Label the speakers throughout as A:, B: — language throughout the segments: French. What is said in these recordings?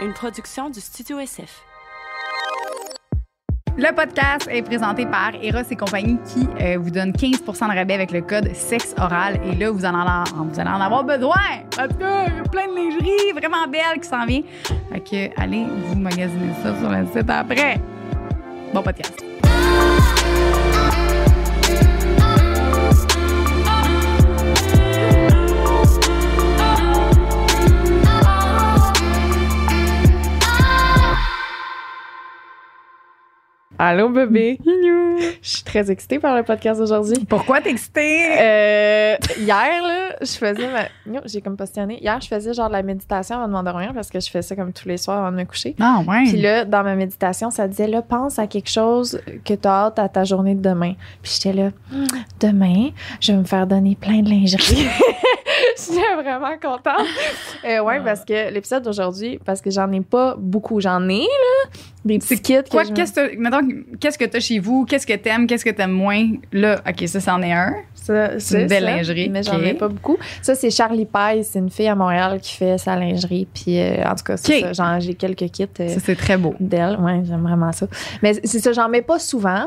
A: une production du Studio SF.
B: Le podcast est présenté par Eros et compagnie qui euh, vous donne 15 de rabais avec le code sexe oral. Et là, vous en, en- vous allez en avoir besoin parce qu'il y a plein de lingerie vraiment belle qui s'en vient. Fait que allez vous magasiner ça sur le site après. Bon podcast.
C: Allô bébé. Je suis très excitée par le podcast d'aujourd'hui.
B: Pourquoi t'es excitée?
C: Euh, hier là, je faisais ma Yo, j'ai comme passionné. Hier, je faisais genre de la méditation avant de m'endormir parce que je fais ça comme tous les soirs avant de me coucher.
B: Non, Ah, ouais.
C: Puis là, dans ma méditation, ça disait là, pense à quelque chose que tu as hâte à ta journée de demain. Puis j'étais là, Hmm, demain, je vais me faire donner plein de lingerie. j'étais vraiment contente. Euh, ouais, parce que l'épisode d'aujourd'hui, parce que j'en ai pas beaucoup, j'en ai là, des petits kits que
B: Quoi,
C: je me-
B: qu'est-ce que, mettons, qu'est-ce que t'as chez vous? Qu'est-ce que t'aimes? Qu'est-ce que t'aimes moins? Là, OK, ça, c'en est un.
C: Ça,
B: C'est une belle lingerie,
C: Mais j'en
B: ok.
C: ai pas beaucoup. Ça, c'est Charlie Paille. C'est une fille à Montréal qui fait sa lingerie. Puis, euh, en tout cas, c'est
B: Ok.
C: ça. J'en- J'ai quelques kits euh,
B: Ça, c'est très beau.
C: d'elle. Ouais, j'aime vraiment ça. Mais c'est ça, j'en mets pas souvent.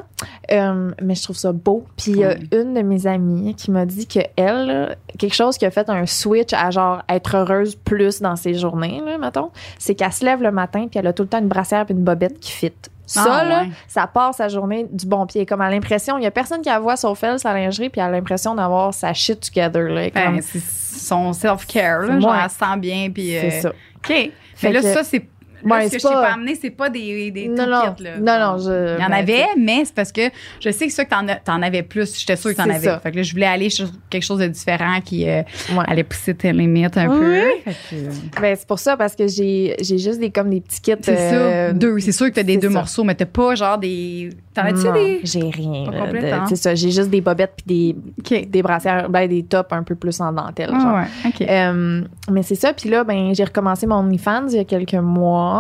C: euh, mais je trouve ça beau. Puis, il y a
B: Oui.
C: une de mes amies qui m'a dit que elle, là, quelque chose qui a fait un switch à genre être heureuse plus dans ses journées, là, mettons, c'est qu'elle se lève le matin puis elle a tout le temps une brassière puis une bobette qui fit. Ça,
B: Ah,
C: là,
B: ouais.
C: ça part sa journée du bon pied. Comme à l'impression, il y a personne qui la voit sauf elle, sa lingerie, puis elle a l'impression d'avoir sa shit together. Là, comme-
B: Ben, c'est son self-care, là.
C: Ouais.
B: Genre, elle se sent bien, puis... euh,
C: c'est ça.
B: OK.
C: Fait
B: Mais là,
C: que-
B: ça, c'est... Là,
C: Ouais,
B: ce que
C: c'est
B: je t'ai
C: pas-
B: pas amené, c'est pas des, des
C: non, non,
B: toolkits, là.
C: non, non, je.
B: Il y en
C: ben,
B: avait, mais c'est parce que je sais que ça, que t'en as- t'en avais plus. J'étais sûre que t'en
C: C'est
B: avais.
C: ça.
B: Fait que là, je voulais aller sur quelque chose de différent qui euh,
C: Ouais.
B: allait pousser tes limites un
C: Oui.
B: peu. Fait que, euh,
C: Ben, c'est pour ça, parce que j'ai j'ai juste des, comme des petits kits.
B: c'est
C: euh,
B: ça, deux. C'est sûr que t'as des
C: c'est
B: deux
C: ça.
B: morceaux, mais t'as pas genre des... T'en as-tu
C: non,
B: des...
C: J'ai rien.
B: Pas
C: là,
B: complète,
C: de-
B: hein?
C: C'est ça, j'ai juste des bobettes puis
B: OK.
C: des, des brassières, ben, des tops un peu plus en dentelle.
B: Ah
C: genre.
B: ouais, OK.
C: Euh, mais c'est ça, puis là, ben, j'ai recommencé mon OnlyFans il y a quelques mois.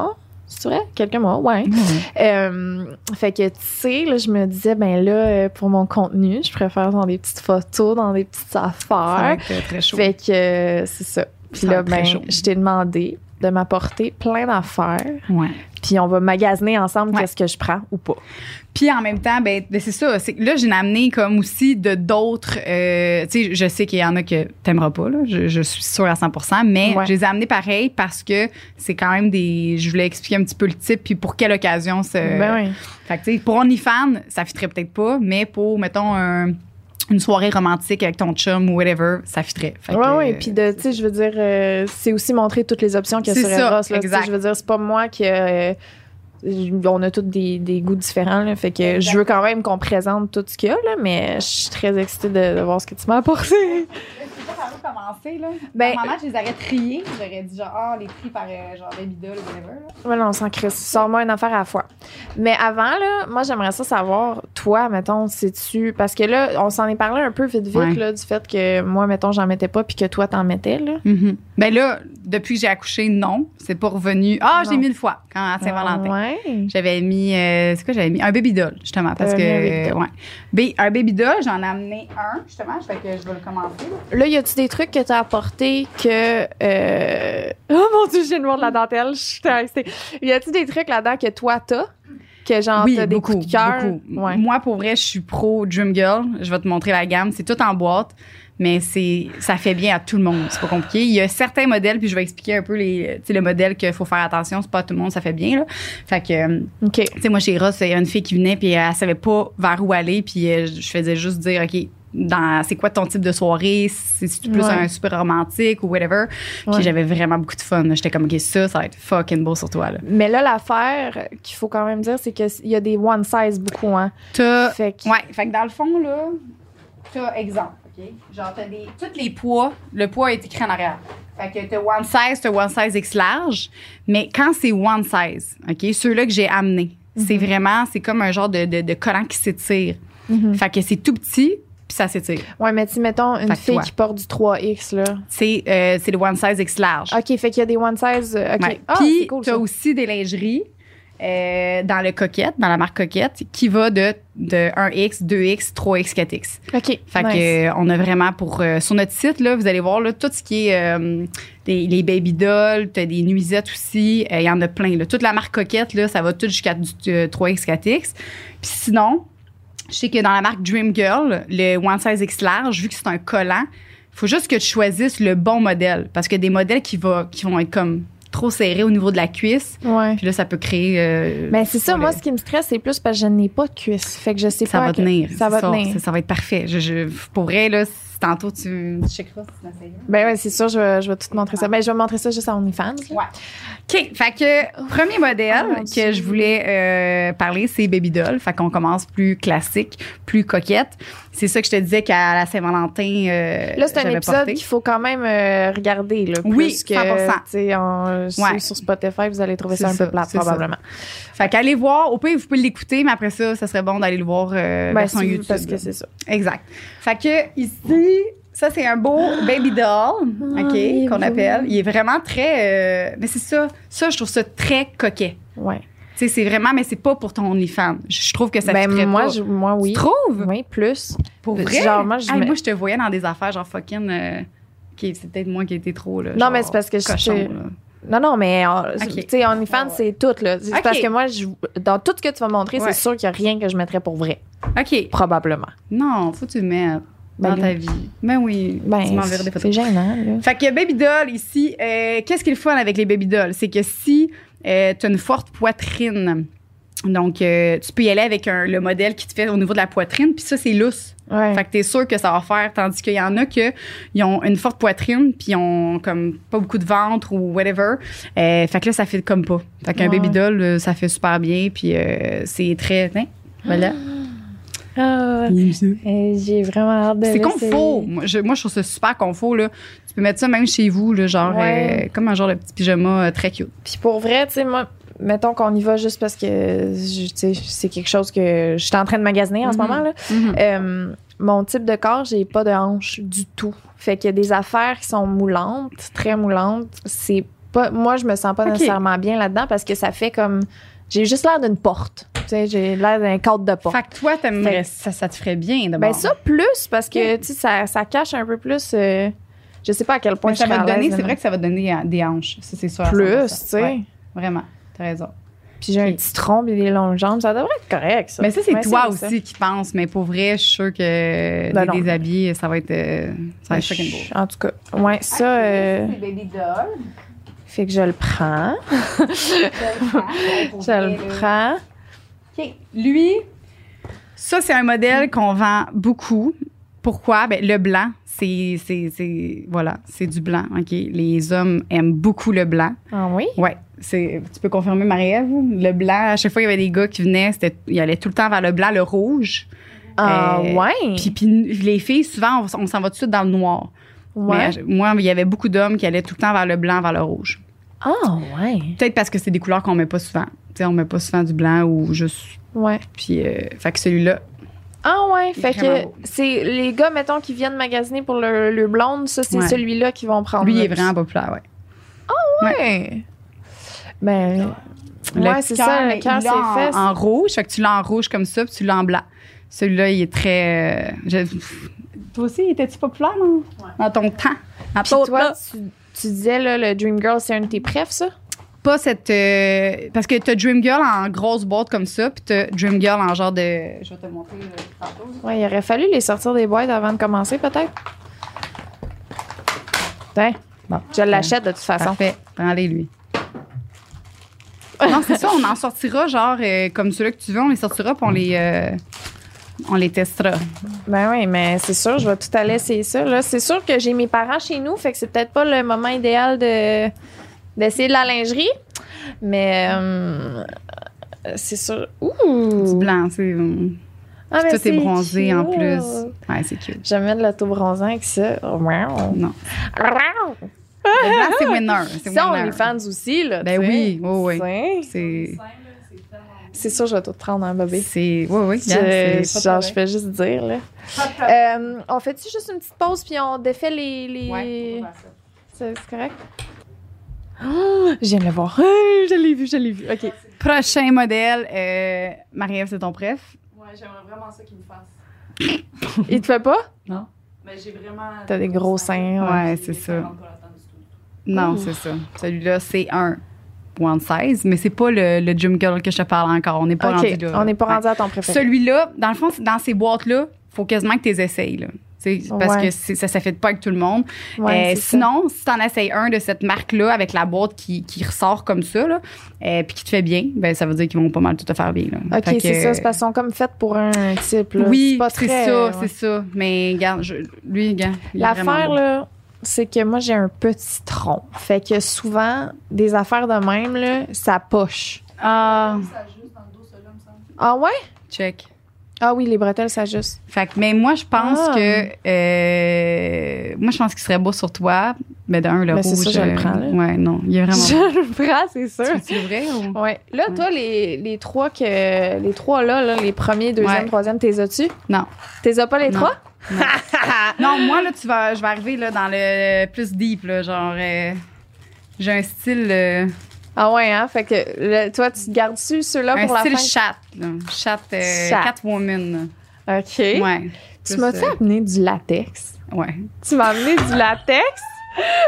C: C'est vrai? Quelques mois, ouais. Euh, fait que, tu sais, là, je me disais, ben là, euh, pour mon contenu, je préfère dans des petites photos, dans des petites
B: Ça va
C: affaires.
B: être très chaud.
C: Fait que, euh, c'est ça. Puis
B: Ça va
C: là,
B: être très
C: ben,
B: chaud.
C: je t'ai demandé de m'apporter plein d'affaires,
B: Ouais.
C: puis on va magasiner ensemble
B: Ouais.
C: qu'est-ce que je prends ou pas.
B: Puis en même temps, ben, ben, c'est ça. c'est- Là, j'ai amené comme aussi de d'autres. euh, tu sais, je sais qu'il y en a que t'aimeras pas, là. Je, je suis sûre à 100 mais
C: Ouais.
B: je les ai amenés pareil parce que c'est quand même des. Je voulais expliquer un petit peu le type puis pour quelle occasion. Ça,
C: ben oui.
B: Fait que, tu sais, pour OnlyFans, ça fitterait peut-être pas, mais pour, mettons, un- une soirée romantique avec ton chum ou whatever, ça fitterait. Fait que,
C: ouais,
B: euh,
C: ouais. Puis, de- tu sais, je veux dire, euh, c'est aussi montrer toutes les options qu'il y a
B: C'est
C: sur
B: ça,
C: Eros. là. Tu sais,
B: exact.
C: Je veux dire, c'est pas moi qui. euh, on a tous des, des goûts différents, là, fait que je veux quand même qu'on présente tout ce qu'il y a, là, mais je suis très excitée de, de voir ce que tu m'as apporté.
B: C'est pas par où commencer, là.
C: Ben,
B: Normalement, je les aurais triés. J'aurais dit genre, ah, les tri par euh, genre baby doll ou whatever. là.
C: Voilà, on s'en crisse. Sors-moi une affaire à la fois. Mais avant, là, moi, j'aimerais ça savoir, toi, mettons, sais-tu. Parce que là, on s'en est parlé un peu vite, vite,
B: Ouais.
C: là, du fait que moi, mettons, j'en mettais pas, puis que toi, t'en mettais, là.
B: Mhm. Ben là, depuis que j'ai accouché, non. C'est pas revenu. Ah, j'ai
C: Non. Ah,
B: mis une fois quand à Saint-Valentin.
C: Ouais.
B: J'avais mis, euh, c'est quoi j'avais mis? Un baby doll, justement, parce
C: T'avais
B: que,
C: mis un baby
B: euh,
C: doll.
B: ouais. Ben, un baby doll, j'en ai amené un, justement, fait que je vais le commencer.
C: Là, y a-tu des trucs que t'as apporté que. euh, Oh mon Dieu, je viens de voir de la dentelle. Je suis excitée. Y a-tu des trucs là-dedans que toi, t'as? Que genre,
B: oui,
C: t'as des
B: beaucoup,
C: coups de cœur?
B: beaucoup.
C: Ouais.
B: Moi, pour vrai, je suis pro Dream Girl. Je vais te montrer la gamme. C'est tout en boîte, mais c'est ça fait bien à tout le monde. C'est pas compliqué. Il y a certains modèles, puis je vais expliquer un peu les, tu sais, le modèle qu'il faut faire attention. C'est pas à tout le monde, ça fait bien là. Fait que. euh,
C: OK.
B: Tu sais, moi, chez Ross, il y avait une fille qui venait, puis elle savait pas vers où aller, puis euh, je faisais juste dire, OK, dans, c'est quoi ton type de soirée? C'est plus
C: Ouais.
B: un super romantique ou whatever? Puis
C: Ouais.
B: j'avais vraiment beaucoup de fun. là. J'étais comme, OK, ça, ça va être fucking beau sur toi, là.
C: Mais là, l'affaire qu'il faut quand même dire, c'est qu'il y a des one size beaucoup, hein.
B: T'as-
C: Fait que.
B: Euh, ouais, fait que dans le fond, là, t'as exemple, OK? Genre, t'as des. Tous les poids, le poids est écrit en arrière. Fait que t'as one size, t'as one size X large, mais quand c'est one size, OK? Ceux-là que j'ai amenés, c'est vraiment, c'est comme un genre de, de, de collant qui s'étire.
C: Mhm.
B: Fait que c'est tout petit, puis ça s'étire.
C: Ouais, mais tu mettons une
B: Fait que
C: fille
B: toi.
C: qui porte du 3X, là.
B: C'est euh, c'est le one size X large.
C: OK, fait qu'il y a des one size. euh, OK.
B: Ouais.
C: Ah,
B: Puis,
C: c'est cool.
B: t'as
C: ça.
B: aussi des lingeries. euh, dans le coquette, dans la marque coquette, qui va de, de 1X, 2X, 3X, 4X.
C: OK.
B: Fait
C: nice.
B: que euh, on a vraiment pour euh, sur notre site là, vous allez voir là, tout ce qui est euh, des- les baby dolls, t'as des nuisettes aussi, euh, il y en a plein là. Toute la marque coquette là, ça va tout jusqu'à du euh, 3x 4x. Puis sinon, je sais que dans la marque Dream Girl, le One Size X large, vu que c'est un collant, faut juste que tu choisisses le bon modèle parce que des modèles qui va qui vont être comme trop serrés au niveau de la cuisse,
C: Ouais.
B: puis là ça peut créer euh,
C: Mais Ben, c'est ça,
B: sur
C: moi,
B: le-
C: ce qui me stresse, c'est plus parce que je n'ai pas de cuisse. Fait que je sais
B: ça
C: pas. à
B: va
C: quel-
B: tenir,
C: Ça va
B: c'est
C: tenir.
B: ça, ça va être parfait. Je, je pour vrai là, si tantôt tu tu checkeras si tu l'essayes.
C: Ben ouais, c'est sûr, je vais, je vais tout te montrer ça.
B: Ouais.
C: Ben, je vais montrer ça juste à OnlyFans. là.
B: OK. Fait que, premier modèle
C: Oh mon Dieu.
B: que je voulais euh, parler, c'est Baby Doll. Fait qu'on commence plus classique, plus coquette. C'est ça que je te disais qu'à la Saint-Valentin. euh,
C: Là, c'est un
B: j'avais
C: épisode
B: porté.
C: qu'il faut quand même euh, regarder. Là,
B: Oui,
C: plus que,
B: 100%.
C: tu sais, en- sur-
B: Ouais.
C: Sur Spotify, vous allez trouver ça un
B: C'est ça,
C: peu plate,
B: c'est ça. Euh,
C: probablement.
B: Fait qu'allez voir. Au pire, vous pouvez l'écouter, mais après ça, ça serait bon d'aller le voir euh,
C: Ben,
B: version
C: si vous-
B: YouTube.
C: parce que
B: là.
C: c'est ça.
B: Exact. Fait que, ici, ça, c'est un beau Baby Doll,
C: Ah, il est
B: OK, qu'on
C: beau.
B: appelle. Il est vraiment très. euh, mais c'est ça. Ça, je trouve ça très coquet.
C: Ouais.
B: Tu sais, c'est vraiment, mais c'est pas pour ton OnlyFans. Je je trouve que ça
C: ben,
B: fitterait
C: moi,
B: pas.
C: je- moi,
B: Tu
C: oui.
B: trouves?
C: Oui, plus.
B: Pour
C: vrai?
B: vrai?
C: Hey, moi,
B: moi, je te voyais dans des affaires genre fucking. qui c'est peut-être moi qui étais trop, là.
C: Non, mais c'est parce que je. je- Non, non, mais euh,
B: Ok.
C: tu sais, OnlyFans,
B: Ah ouais.
C: c'est tout. là. C'est
B: Ok.
C: parce que moi, je- dans tout ce que tu vas me montrer,
B: Ouais.
C: c'est sûr qu'il n'y a rien que je mettrais pour vrai,
B: OK.
C: probablement.
B: Non, faut que tu le mettes
C: Ben,
B: dans ta vie. Mais oui.
C: Ben,
B: tu m'enverras des
C: c'est
B: photos.
C: gênant. là.
B: Fait que Baby Doll, ici, euh, qu'est-ce qui est le fun avec les Baby Dolls? C'est que si euh, tu as une forte poitrine, donc euh, tu peux y aller avec un- le modèle qui te fait au niveau de la poitrine, puis ça, c'est lousse.
C: Ouais.
B: Fait que t'es sûr que ça va faire, tandis qu'il y en a que ils ont une forte poitrine puis ils ont comme pas beaucoup de ventre ou whatever. Euh, fait que là ça fait comme pas. Fait qu'un
C: Ouais.
B: baby doll euh, ça fait super bien puis euh, c'est très hein, voilà.
C: Ah,
B: C'est
C: euh, J'ai vraiment hâte de
B: confort. Moi je, moi je trouve ça super confort là. Tu peux mettre ça même chez vous là, genre
C: Ouais.
B: euh, comme un genre de petit pyjama euh, très cute.
C: Puis pour vrai, tu sais, moi, mettons qu'on y va juste parce que, je- tu sais, c'est quelque chose que je suis en train de magasiner en ce
B: Mhm.
C: moment, là. Euh, mon type de corps, j'ai pas de hanche du tout. Fait qu'il y a des affaires qui sont moulantes, très moulantes. C'est pas, moi, je me sens pas
B: Ok.
C: nécessairement bien là-dedans parce que ça fait comme, j'ai juste l'air d'une porte. Tu sais, j'ai l'air d'un cadre de porte.
B: Euh, Fait que toi
C: Fait
B: t'aimerais ça ça te ferait bien d'abord.
C: Ben ça plus parce que, tu sais, ça, ça cache un peu plus. euh, je sais pas à quel point
B: Mais ça
C: je
B: va
C: serais
B: te
C: à l'aise
B: donner, c'est
C: de-
B: vrai que ça va te donner euh, des hanches, ça c'est sûr. à
C: plus,
B: 100%.
C: tu sais.
B: Ouais, vraiment, t'as raison.
C: Puis j'ai un
B: Ok.
C: petit trompe et des longues jambes, ça devrait être correct ça.
B: Mais ça, c'est
C: Ouais,
B: toi
C: ça.
B: aussi qui penses. Mais pour vrai, je suis sûre que
C: Ben
B: les
C: non.
B: déshabillés, ça va être, euh, ça va être fucking beau.
C: Chut, En tout cas, ouais, ça,
B: Ah,
C: euh,
A: baby doll.
C: fait que je le prends. Je le prends.
B: Lui, ça, c'est un modèle qu'on vend beaucoup. Pourquoi? Ben, le blanc, c'est, c'est, c'est- voilà, c'est du blanc. OK? Les hommes aiment beaucoup le blanc.
C: Ah oui?
B: Ouais, c'est, tu peux confirmer, Marie-Ève? Le blanc, à chaque fois, il y avait des gars qui venaient, c'était, ils allaient tout le temps vers le blanc, le rouge.
C: Ah
B: Euh,
C: ouais?
B: Puis, puis les filles, souvent, on, on s'en va tout de suite dans le noir.
C: ouais.
B: Mais, euh, moi, il y avait beaucoup d'hommes qui allaient tout le temps vers le blanc, vers le rouge.
C: Ah ouais.
B: Peut-être parce que c'est des couleurs qu'on met pas souvent. Tu sais, on met pas souvent du blanc ou juste.
C: Ouais.
B: Puis, euh, fait que celui-là.
C: Ah ouais,
B: Il est
C: fait que
B: vraiment beau.
C: c'est les gars, mettons, qui viennent magasiner pour le, le blonde, ça, c'est
B: Ouais.
C: celui-là qu'ils vont prendre.
B: Lui, il est
C: là.
B: vraiment populaire, ouais.
C: Ouais. Ben, ouais,
B: Le
C: c'est
B: cœur,
C: ça,
B: mais
C: le cœur,
B: il l'a en-
C: c'est fait.
B: En rouge, fait que tu l'as en rouge comme ça, puis tu l'as en blanc. Celui-là, il est très. euh, je- Toi aussi, étais-tu populaire, non? Dans ton temps. Dans
C: Puis
B: ton
C: toi,
B: temps.
C: tu, tu disais, là, le Dream Girl, c'est un de tes préfs, ça?
B: Pas cette. euh, parce que t'as Dream Girl en grosse boîte comme ça, puis t'as Dream Girl en genre de. Je vais te le montrer euh, tantôt.
C: Ouais, il aurait fallu les sortir des boîtes avant de commencer, peut-être. Tiens,
B: Bon.
C: je l'achète de toute façon.
B: Parfait. Prends-les, lui. Non, c'est ça, on en sortira, genre, euh, comme ceux-là que tu veux, on les sortira, puis on les, euh, on les testera.
C: Ben oui, mais c'est sûr, je vais tout aller essayer ça. Là, c'est sûr que j'ai mes parents chez nous, fait que c'est peut-être pas le moment idéal de d'essayer de la lingerie, mais euh, c'est sûr.
B: Du
C: Ouh,
B: blanc, c'est. euh,
C: ah, mais
B: tout est
C: c'est
B: bronzé en
C: cute.
B: plus. Ouais, c'est cute.
C: J'aime bien de l'auto-bronzant avec ça. Wow.
B: Non.
C: Wow.
B: Le blanc, c'est winner. C'est
C: Ça, on
B: winner.
C: est fans aussi, là.
B: Ben
C: tu
B: oui,
C: sais.
B: oui, oui.
C: Tu sais.
B: C'est.
C: C'est sûr, je vais tout prendre en bobé.
B: C'est. Oui, oui.
C: Je,
B: yeah, Hein, c'est pas trop
C: genre, Euh, je fais juste dire, là. Euh, on fait-tu juste une petite pause, puis on défait les... les...
B: vrai. Ouais, on va faire ça. Ah,
C: C'est c'est correct? Oh, Je viens de le voir. Hey, je l'ai vu, je l'ai vu. OK.
B: Prochain modèle, euh, Marie-Ève, c'est ton préf.
D: Ouais, j'aimerais vraiment ça qu'il me fasse.
C: Il te fait pas?
D: Mais j'ai vraiment.
C: T'as des gros seins. ouais.
B: Ouais,
D: J'ai
B: c'est ça.
D: vraiment pas la tente du tout.
B: Non,
C: Ouh.
B: c'est ça. Celui-là, c'est un one size, mais c'est pas le, le gym girl que je te parle encore. On n'est pas rendu
C: OK.
B: là.
C: On n'est pas
B: Ouais.
C: rendu à ton préféré.
B: Celui-là, dans le fond, c'est- dans ces boîtes-là, faut quasiment que tu les essayes. Là. Tu sais, Parce
C: Ouais.
B: que c'est- ça ne fait pas avec tout le monde.
C: Ouais,
B: Euh,
C: c'est ça.
B: sinon, si tu en essayes un de cette marque-là avec la boîte qui, qui ressort comme ça, là, euh, puis qui te fait bien, ben, ça veut dire qu'ils vont pas mal tout te faire bien. là.
C: OK,
B: Fait que-
C: c'est ça. C'est parce qu'ils sont comme faites pour un type. Là.
B: Oui,
C: pas
B: c'est
C: très,
B: ça,
C: ouais.
B: c'est ça. Mais regarde, je- lui, regarde, il est vraiment
C: L'affaire,
B: beau.
C: là, c'est que moi, j'ai un petit tronc. Fait que souvent, des affaires de même, là, ça poche.
B: Ah,
D: Ça juste dans le dos, cela, me semble.
C: Ah ouais?
B: check.
C: Ah oui, les bretelles s'ajustent.
B: Fait que, mais moi, je pense
C: Ah.
B: que. euh, moi, je pense qu'il serait beau sur toi. Mais d'un, le
C: Ben, c'est
B: rouge.
C: ça, je le
B: euh,
C: prends, là.
B: Ouais, non, il est vraiment. beau.
C: Je le prends, c'est sûr.
B: Tu- C'est vrai ou.
C: Ouais. Là,
B: Ouais.
C: toi, les, les trois que les trois là, là, les premiers, deuxième,
B: Ouais.
C: troisième, t'es as-tu?
B: Non.
C: T'es as pas les
B: Non.
C: trois?
B: Non, moi, là, tu vas, je vais arriver là, dans le plus deep, là, genre. euh, j'ai un style. euh,
C: Ah ouais, hein? Fait que le- toi, tu te gardes dessus ceux-là
B: un
C: pour la
B: style
C: fin?
B: chat, là. Chat, euh,
C: Chat.
B: Catwoman.
C: OK.
B: là. Ouais.
C: tu
B: plus,
C: m'as-tu
B: euh,
C: amené du latex?
B: Ouais.
C: Tu m'as amené du latex?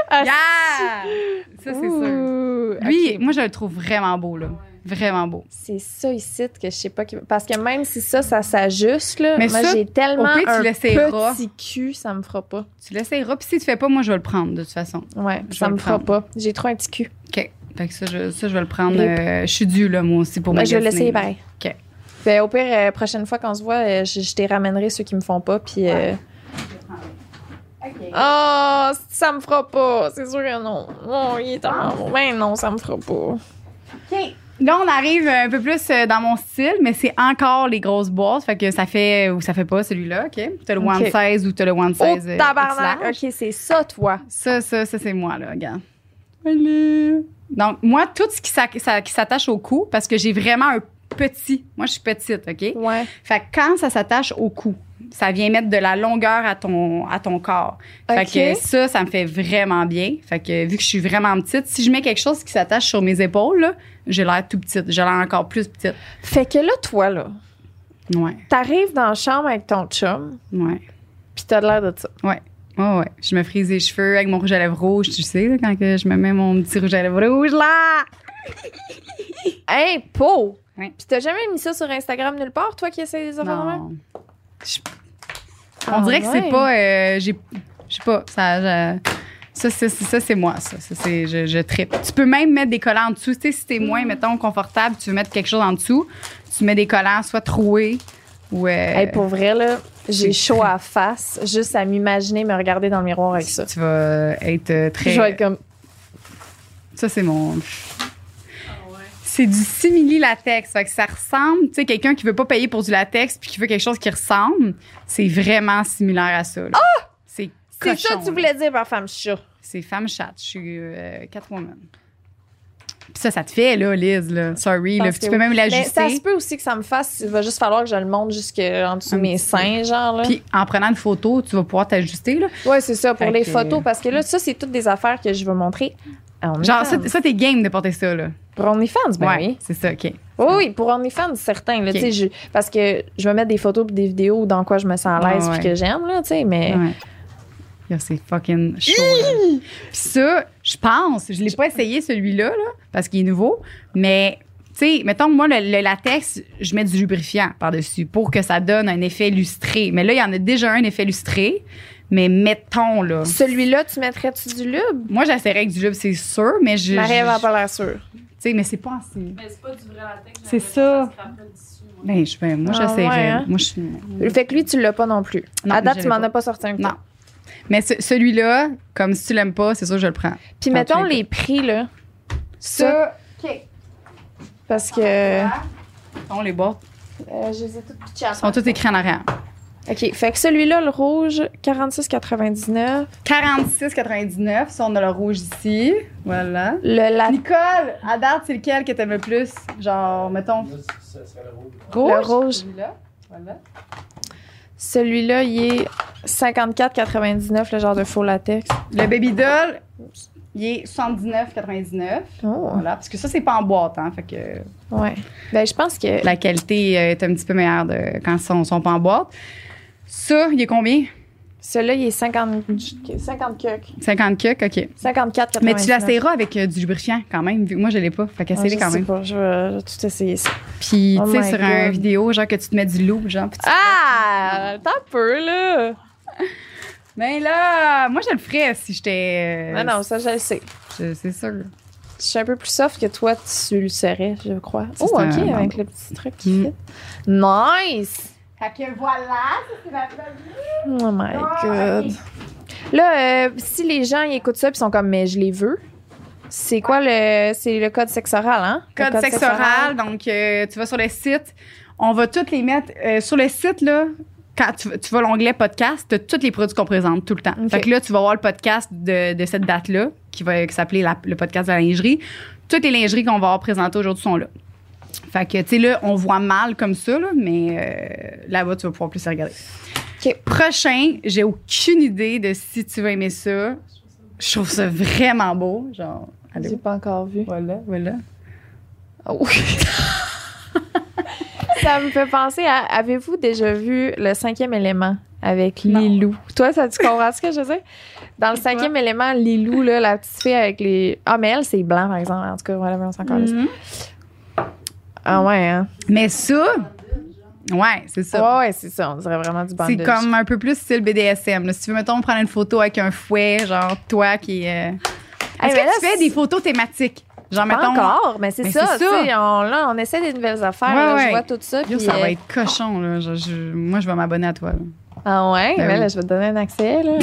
C: Ah,
B: Yeah! Ça, c'est sûr.
C: Ouh,
B: Lui,
C: ok.
B: moi, je le trouve vraiment beau, là. Vraiment beau.
C: C'est ça ici que je sais pas. qui- Parce que même si ça, ça s'ajuste, là,
B: Mais
C: moi,
B: ça,
C: j'ai tellement
B: au pire, tu
C: un
B: l'essayeras.
C: petit cul, ça me fera pas.
B: Tu l'essayeras, puis si tu fais pas, moi, je vais le prendre, de toute façon.
C: Ouais,
B: Je
C: ça
B: vais
C: me
B: le
C: fera
B: prendre.
C: pas. J'ai trop un petit cul.
B: OK. Fait que ça, je, ça, je vais le prendre.
C: Yep.
B: euh, je suis due, là, moi aussi, pour
C: Ben, je vais l'essayer
B: magasiner.
C: pareil.
B: Ok.
C: Ben, au pire, euh, prochaine fois qu'on se voit, euh, je, je te ramènerai ceux qui me font pas. Puis. euh, Ah, ça me fera pas. C'est sûr que non. Non, il est en Ben non, ça me fera pas.
B: Là, on arrive un peu plus euh, dans mon style, mais c'est encore les grosses boîtes. Fait que ça fait ou ça fait pas celui-là, OK? T'as le
C: OK.
B: one size ou t'as le one
C: Oh,
B: size. euh,
C: tabarnak.
B: large.
C: Ok, c'est ça, toi.
B: Ça, ça, ça, c'est moi, là, regarde. Allez. Donc, moi, tout ce qui s'a- ça- qui s'attache au cou, parce que j'ai vraiment un petit. Moi, je suis petite, OK?
C: Ouais.
B: Fait que quand ça s'attache au cou, ça vient mettre de la longueur à ton, à ton corps.
C: Ok.
B: Fait que ça, ça me fait vraiment bien. Fait que vu que je suis vraiment petite, si je mets quelque chose qui s'attache sur mes épaules, là, j'ai l'air tout petite. J'ai l'air encore plus petite.
C: Fait que là, toi, là,
B: Ouais,
C: t'arrives dans la chambre avec ton chum,
B: ouais.
C: puis t'as l'air de ça.
B: Ouais, ouais. Je me frise les cheveux avec mon rouge à lèvres rouge, tu sais, là, quand que je me mets mon petit rouge à lèvres rouge, là!
C: Hein, po!
B: Ouais.
C: Puis t'as jamais mis ça sur Instagram nulle part, toi qui essayes des affaires de même?
B: Non. Je-
C: Ah
B: On dirait que c'est pas. euh, j'ai- je sais pas. Ça, je- ça, ça, ça, ça, c'est moi, ça. Ça, c'est, je, je trippe. Tu peux même mettre des collants en dessous. Tu sais, si t'es
C: Mm.
B: moins, mettons, confortable, tu veux mettre quelque chose en dessous, tu mets des collants soit troués ou. euh,
C: Hey, pour vrai, là, j'ai
B: c'est-
C: chaud à la face juste à m'imaginer me regarder dans le miroir avec ça.
B: tu vas être euh, très.
C: Je vais être comme.
B: Ça, c'est mon.
D: Ah ouais.
B: C'est du simili latex. Fait que ça ressemble. Tu sais, quelqu'un qui veut pas payer pour du latex puis qui veut quelque chose qui ressemble, c'est vraiment similaire à ça. là. C'est
C: Ah! C'est ça
B: cochon,
C: que
B: là.
C: tu voulais dire par femme chat.
B: C'est femme chat. Je suis euh, Catwoman. Puis ça, ça te fait, là, Liz, là. Sorry, là.
C: Parce
B: Puis tu
C: que
B: peux même
C: Mais ça se
B: l'ajuster.
C: peut aussi que ça me fasse. Il va juste falloir que je le monte jusque en dessous de
B: Un
C: mes
B: petit
C: seins, genre. Là.
B: Puis en prenant une photo, tu vas pouvoir t'ajuster, là.
C: hein. ouais, c'est ça, pour
B: Fait
C: les
B: que-
C: photos. Parce que là, ça, c'est toutes des affaires que je veux montrer. à
B: Genre,
C: OnlyFans.
B: ça, ça, t'es game de porter ça, là.
C: Pour OnlyFans, ben oui.
B: C'est ça, OK.
C: Oui, oui, pour OnlyFans, certain. Là,
B: Ok.
C: tu sais, je- parce que je vais mettre des photos et des vidéos dans quoi je me sens à l'aise
B: Ah
C: puis
B: ouais.
C: que j'aime, là, tu sais, mais...
B: Ouais. Yo, c'est fucking chaud, là. Puis ça, je pense, je l'ai pas essayé, celui-là, là, parce qu'il est nouveau, mais... Tu sais, mettons que moi, le, le latex, je mets du lubrifiant par-dessus pour que ça donne un effet lustré. Mais là, il y en a déjà un effet lustré. Mais mettons, là.
C: Celui-là, tu mettrais-tu du lube?
B: Moi, j'essaierais avec du lube, c'est sûr, mais je.
C: Marie, elle va
B: je-
C: pas l'air sûre.
B: Tu sais, mais c'est pas assez.
D: Mais Ben, c'est pas du vrai latex.
B: C'est
D: j'ai l'impression que Ça se rappelle d'ici, moi.
B: Ben, je, ben, moi,
C: Ah,
B: j'essaierais.
C: ouais, hein?
B: Moi, je suis.
C: Fait que lui, tu l'as pas non plus.
B: Non,
C: à date,
B: je
C: tu m'en
B: l'ai
C: as pas sorti un coup.
B: Non. Mais ce- celui-là, comme si tu l'aimes pas, c'est sûr que je le prends.
C: Puis
B: Dans
C: mettons
B: tous les
C: les prix, là. Ça, parce que euh,
B: ah, On les boîtes.
C: je les ai toutes pitchées à
B: Ils sont tous écrits en arrière.
C: OK, fait que celui-là, le rouge, 46,99.
B: 46,99. Ça, on a le rouge ici. Voilà.
C: Le latte,
B: Nicole, à date, c'est lequel que t'aimes le plus? Genre, mettons.
E: Là, ça serait le rouge.
B: Rouge?
C: Le rouge.
B: Celui-là. Voilà.
C: celui-là, il est 54,99, le genre de faux latex.
B: Le baby doll. Il est 79,99.
C: Oh,
B: Voilà, parce que ça, c'est pas en boîte, hein. Fait que
C: ouais. Ben, je pense que
B: la qualité euh, est un petit peu meilleure de, quand ils sont, sont pas en boîte. Ça, il est combien?
C: celui-là, il est 50, 50 cuc.
B: 50 cuc, OK.
C: 54
B: Mais tu l'essayeras avec euh, du lubrifiant quand même, vu que moi, je l'ai pas. Fait qu'essaye-le quand même.
C: Pas, Ah, je vais je vais tout essayer ça.
B: Puis,
C: Oh
B: tu sais,
C: my
B: sur un
C: God.
B: vidéo, genre que tu te mets du loup, genre. puis tu-
C: Ah! T'as peu, là!
B: Mais là, moi, je le ferais si j'étais. euh,
C: Ah non, ça, je le sais.
B: je- C'est sûr.
C: Je suis un peu plus soft que toi, tu le serais, je crois.
B: Ça,
C: Oh,
B: c'est
C: OK,
B: un Mm.
C: avec
B: bandeau.
C: le petit truc qui fit. Nice!
B: Fait que voilà, c'est la
C: Oh my God. Là, euh, si les gens ils écoutent ça et sont comme, mais je les veux, c'est quoi le, c'est le code sexe oral, hein? Le
B: Code sexe oral, donc euh, tu vas sur le site. On va toutes les mettre. euh, sur le site, là, quand tu, tu vas à l'onglet podcast, tu as tous les produits qu'on présente tout le temps.
C: Ok.
B: Fait que là, tu vas voir le podcast de, de cette date-là, qui va qui s'appeler la- le podcast de la lingerie. Toutes les lingeries qu'on va avoir présentées aujourd'hui sont là. Fait que, tu sais, là, on voit mal comme ça, là, mais euh, là-bas, tu vas pouvoir plus les regarder.
C: Ok.
B: Prochain, j'ai aucune idée de si tu vas aimer ça. Je trouve ça vraiment beau. Genre, allô?
C: J'ai pas encore vu.
B: Voilà, voilà. Ah
C: Oh. ça me fait penser à, avez-vous déjà vu le cinquième élément avec
B: Non.
C: Lilou? Toi, ça, tu comprends ce que je veux dire? Dans le
B: quoi?
C: cinquième élément, Lilou, là, la petite fille avec les... Ah, mais elle, c'est blanc, par exemple. En tout cas, voilà, on s'en calisse.
B: Mhm.
C: Ah ouais, hein?
B: Mais ça, ouais, c'est ça.
C: Ouais, ouais, c'est ça. On dirait vraiment du bandage.
B: c'est comme un peu plus style BDSM. là. Si tu veux, mettons, prendre une photo avec un fouet, genre toi qui. euh,
C: Hey,
B: Est-ce
C: mais
B: que
C: là,
B: tu fais
C: c'est-
B: des photos thématiques? Genre,
C: Pas
B: mettons.
C: encore, mais c'est
B: Mais
C: ça.
B: c'est ça.
C: tu sais, On, là, on essaie des nouvelles affaires.
B: Ouais,
C: là,
B: ouais.
C: Je vois tout ça.
B: Yo,
C: puis,
B: ça
C: euh,
B: va être cochon, là. Je- je- moi, je vais m'abonner à toi. là.
C: Ah ouais?
B: Ben
C: mais
B: oui.
C: là, je vais te donner un accès. Là.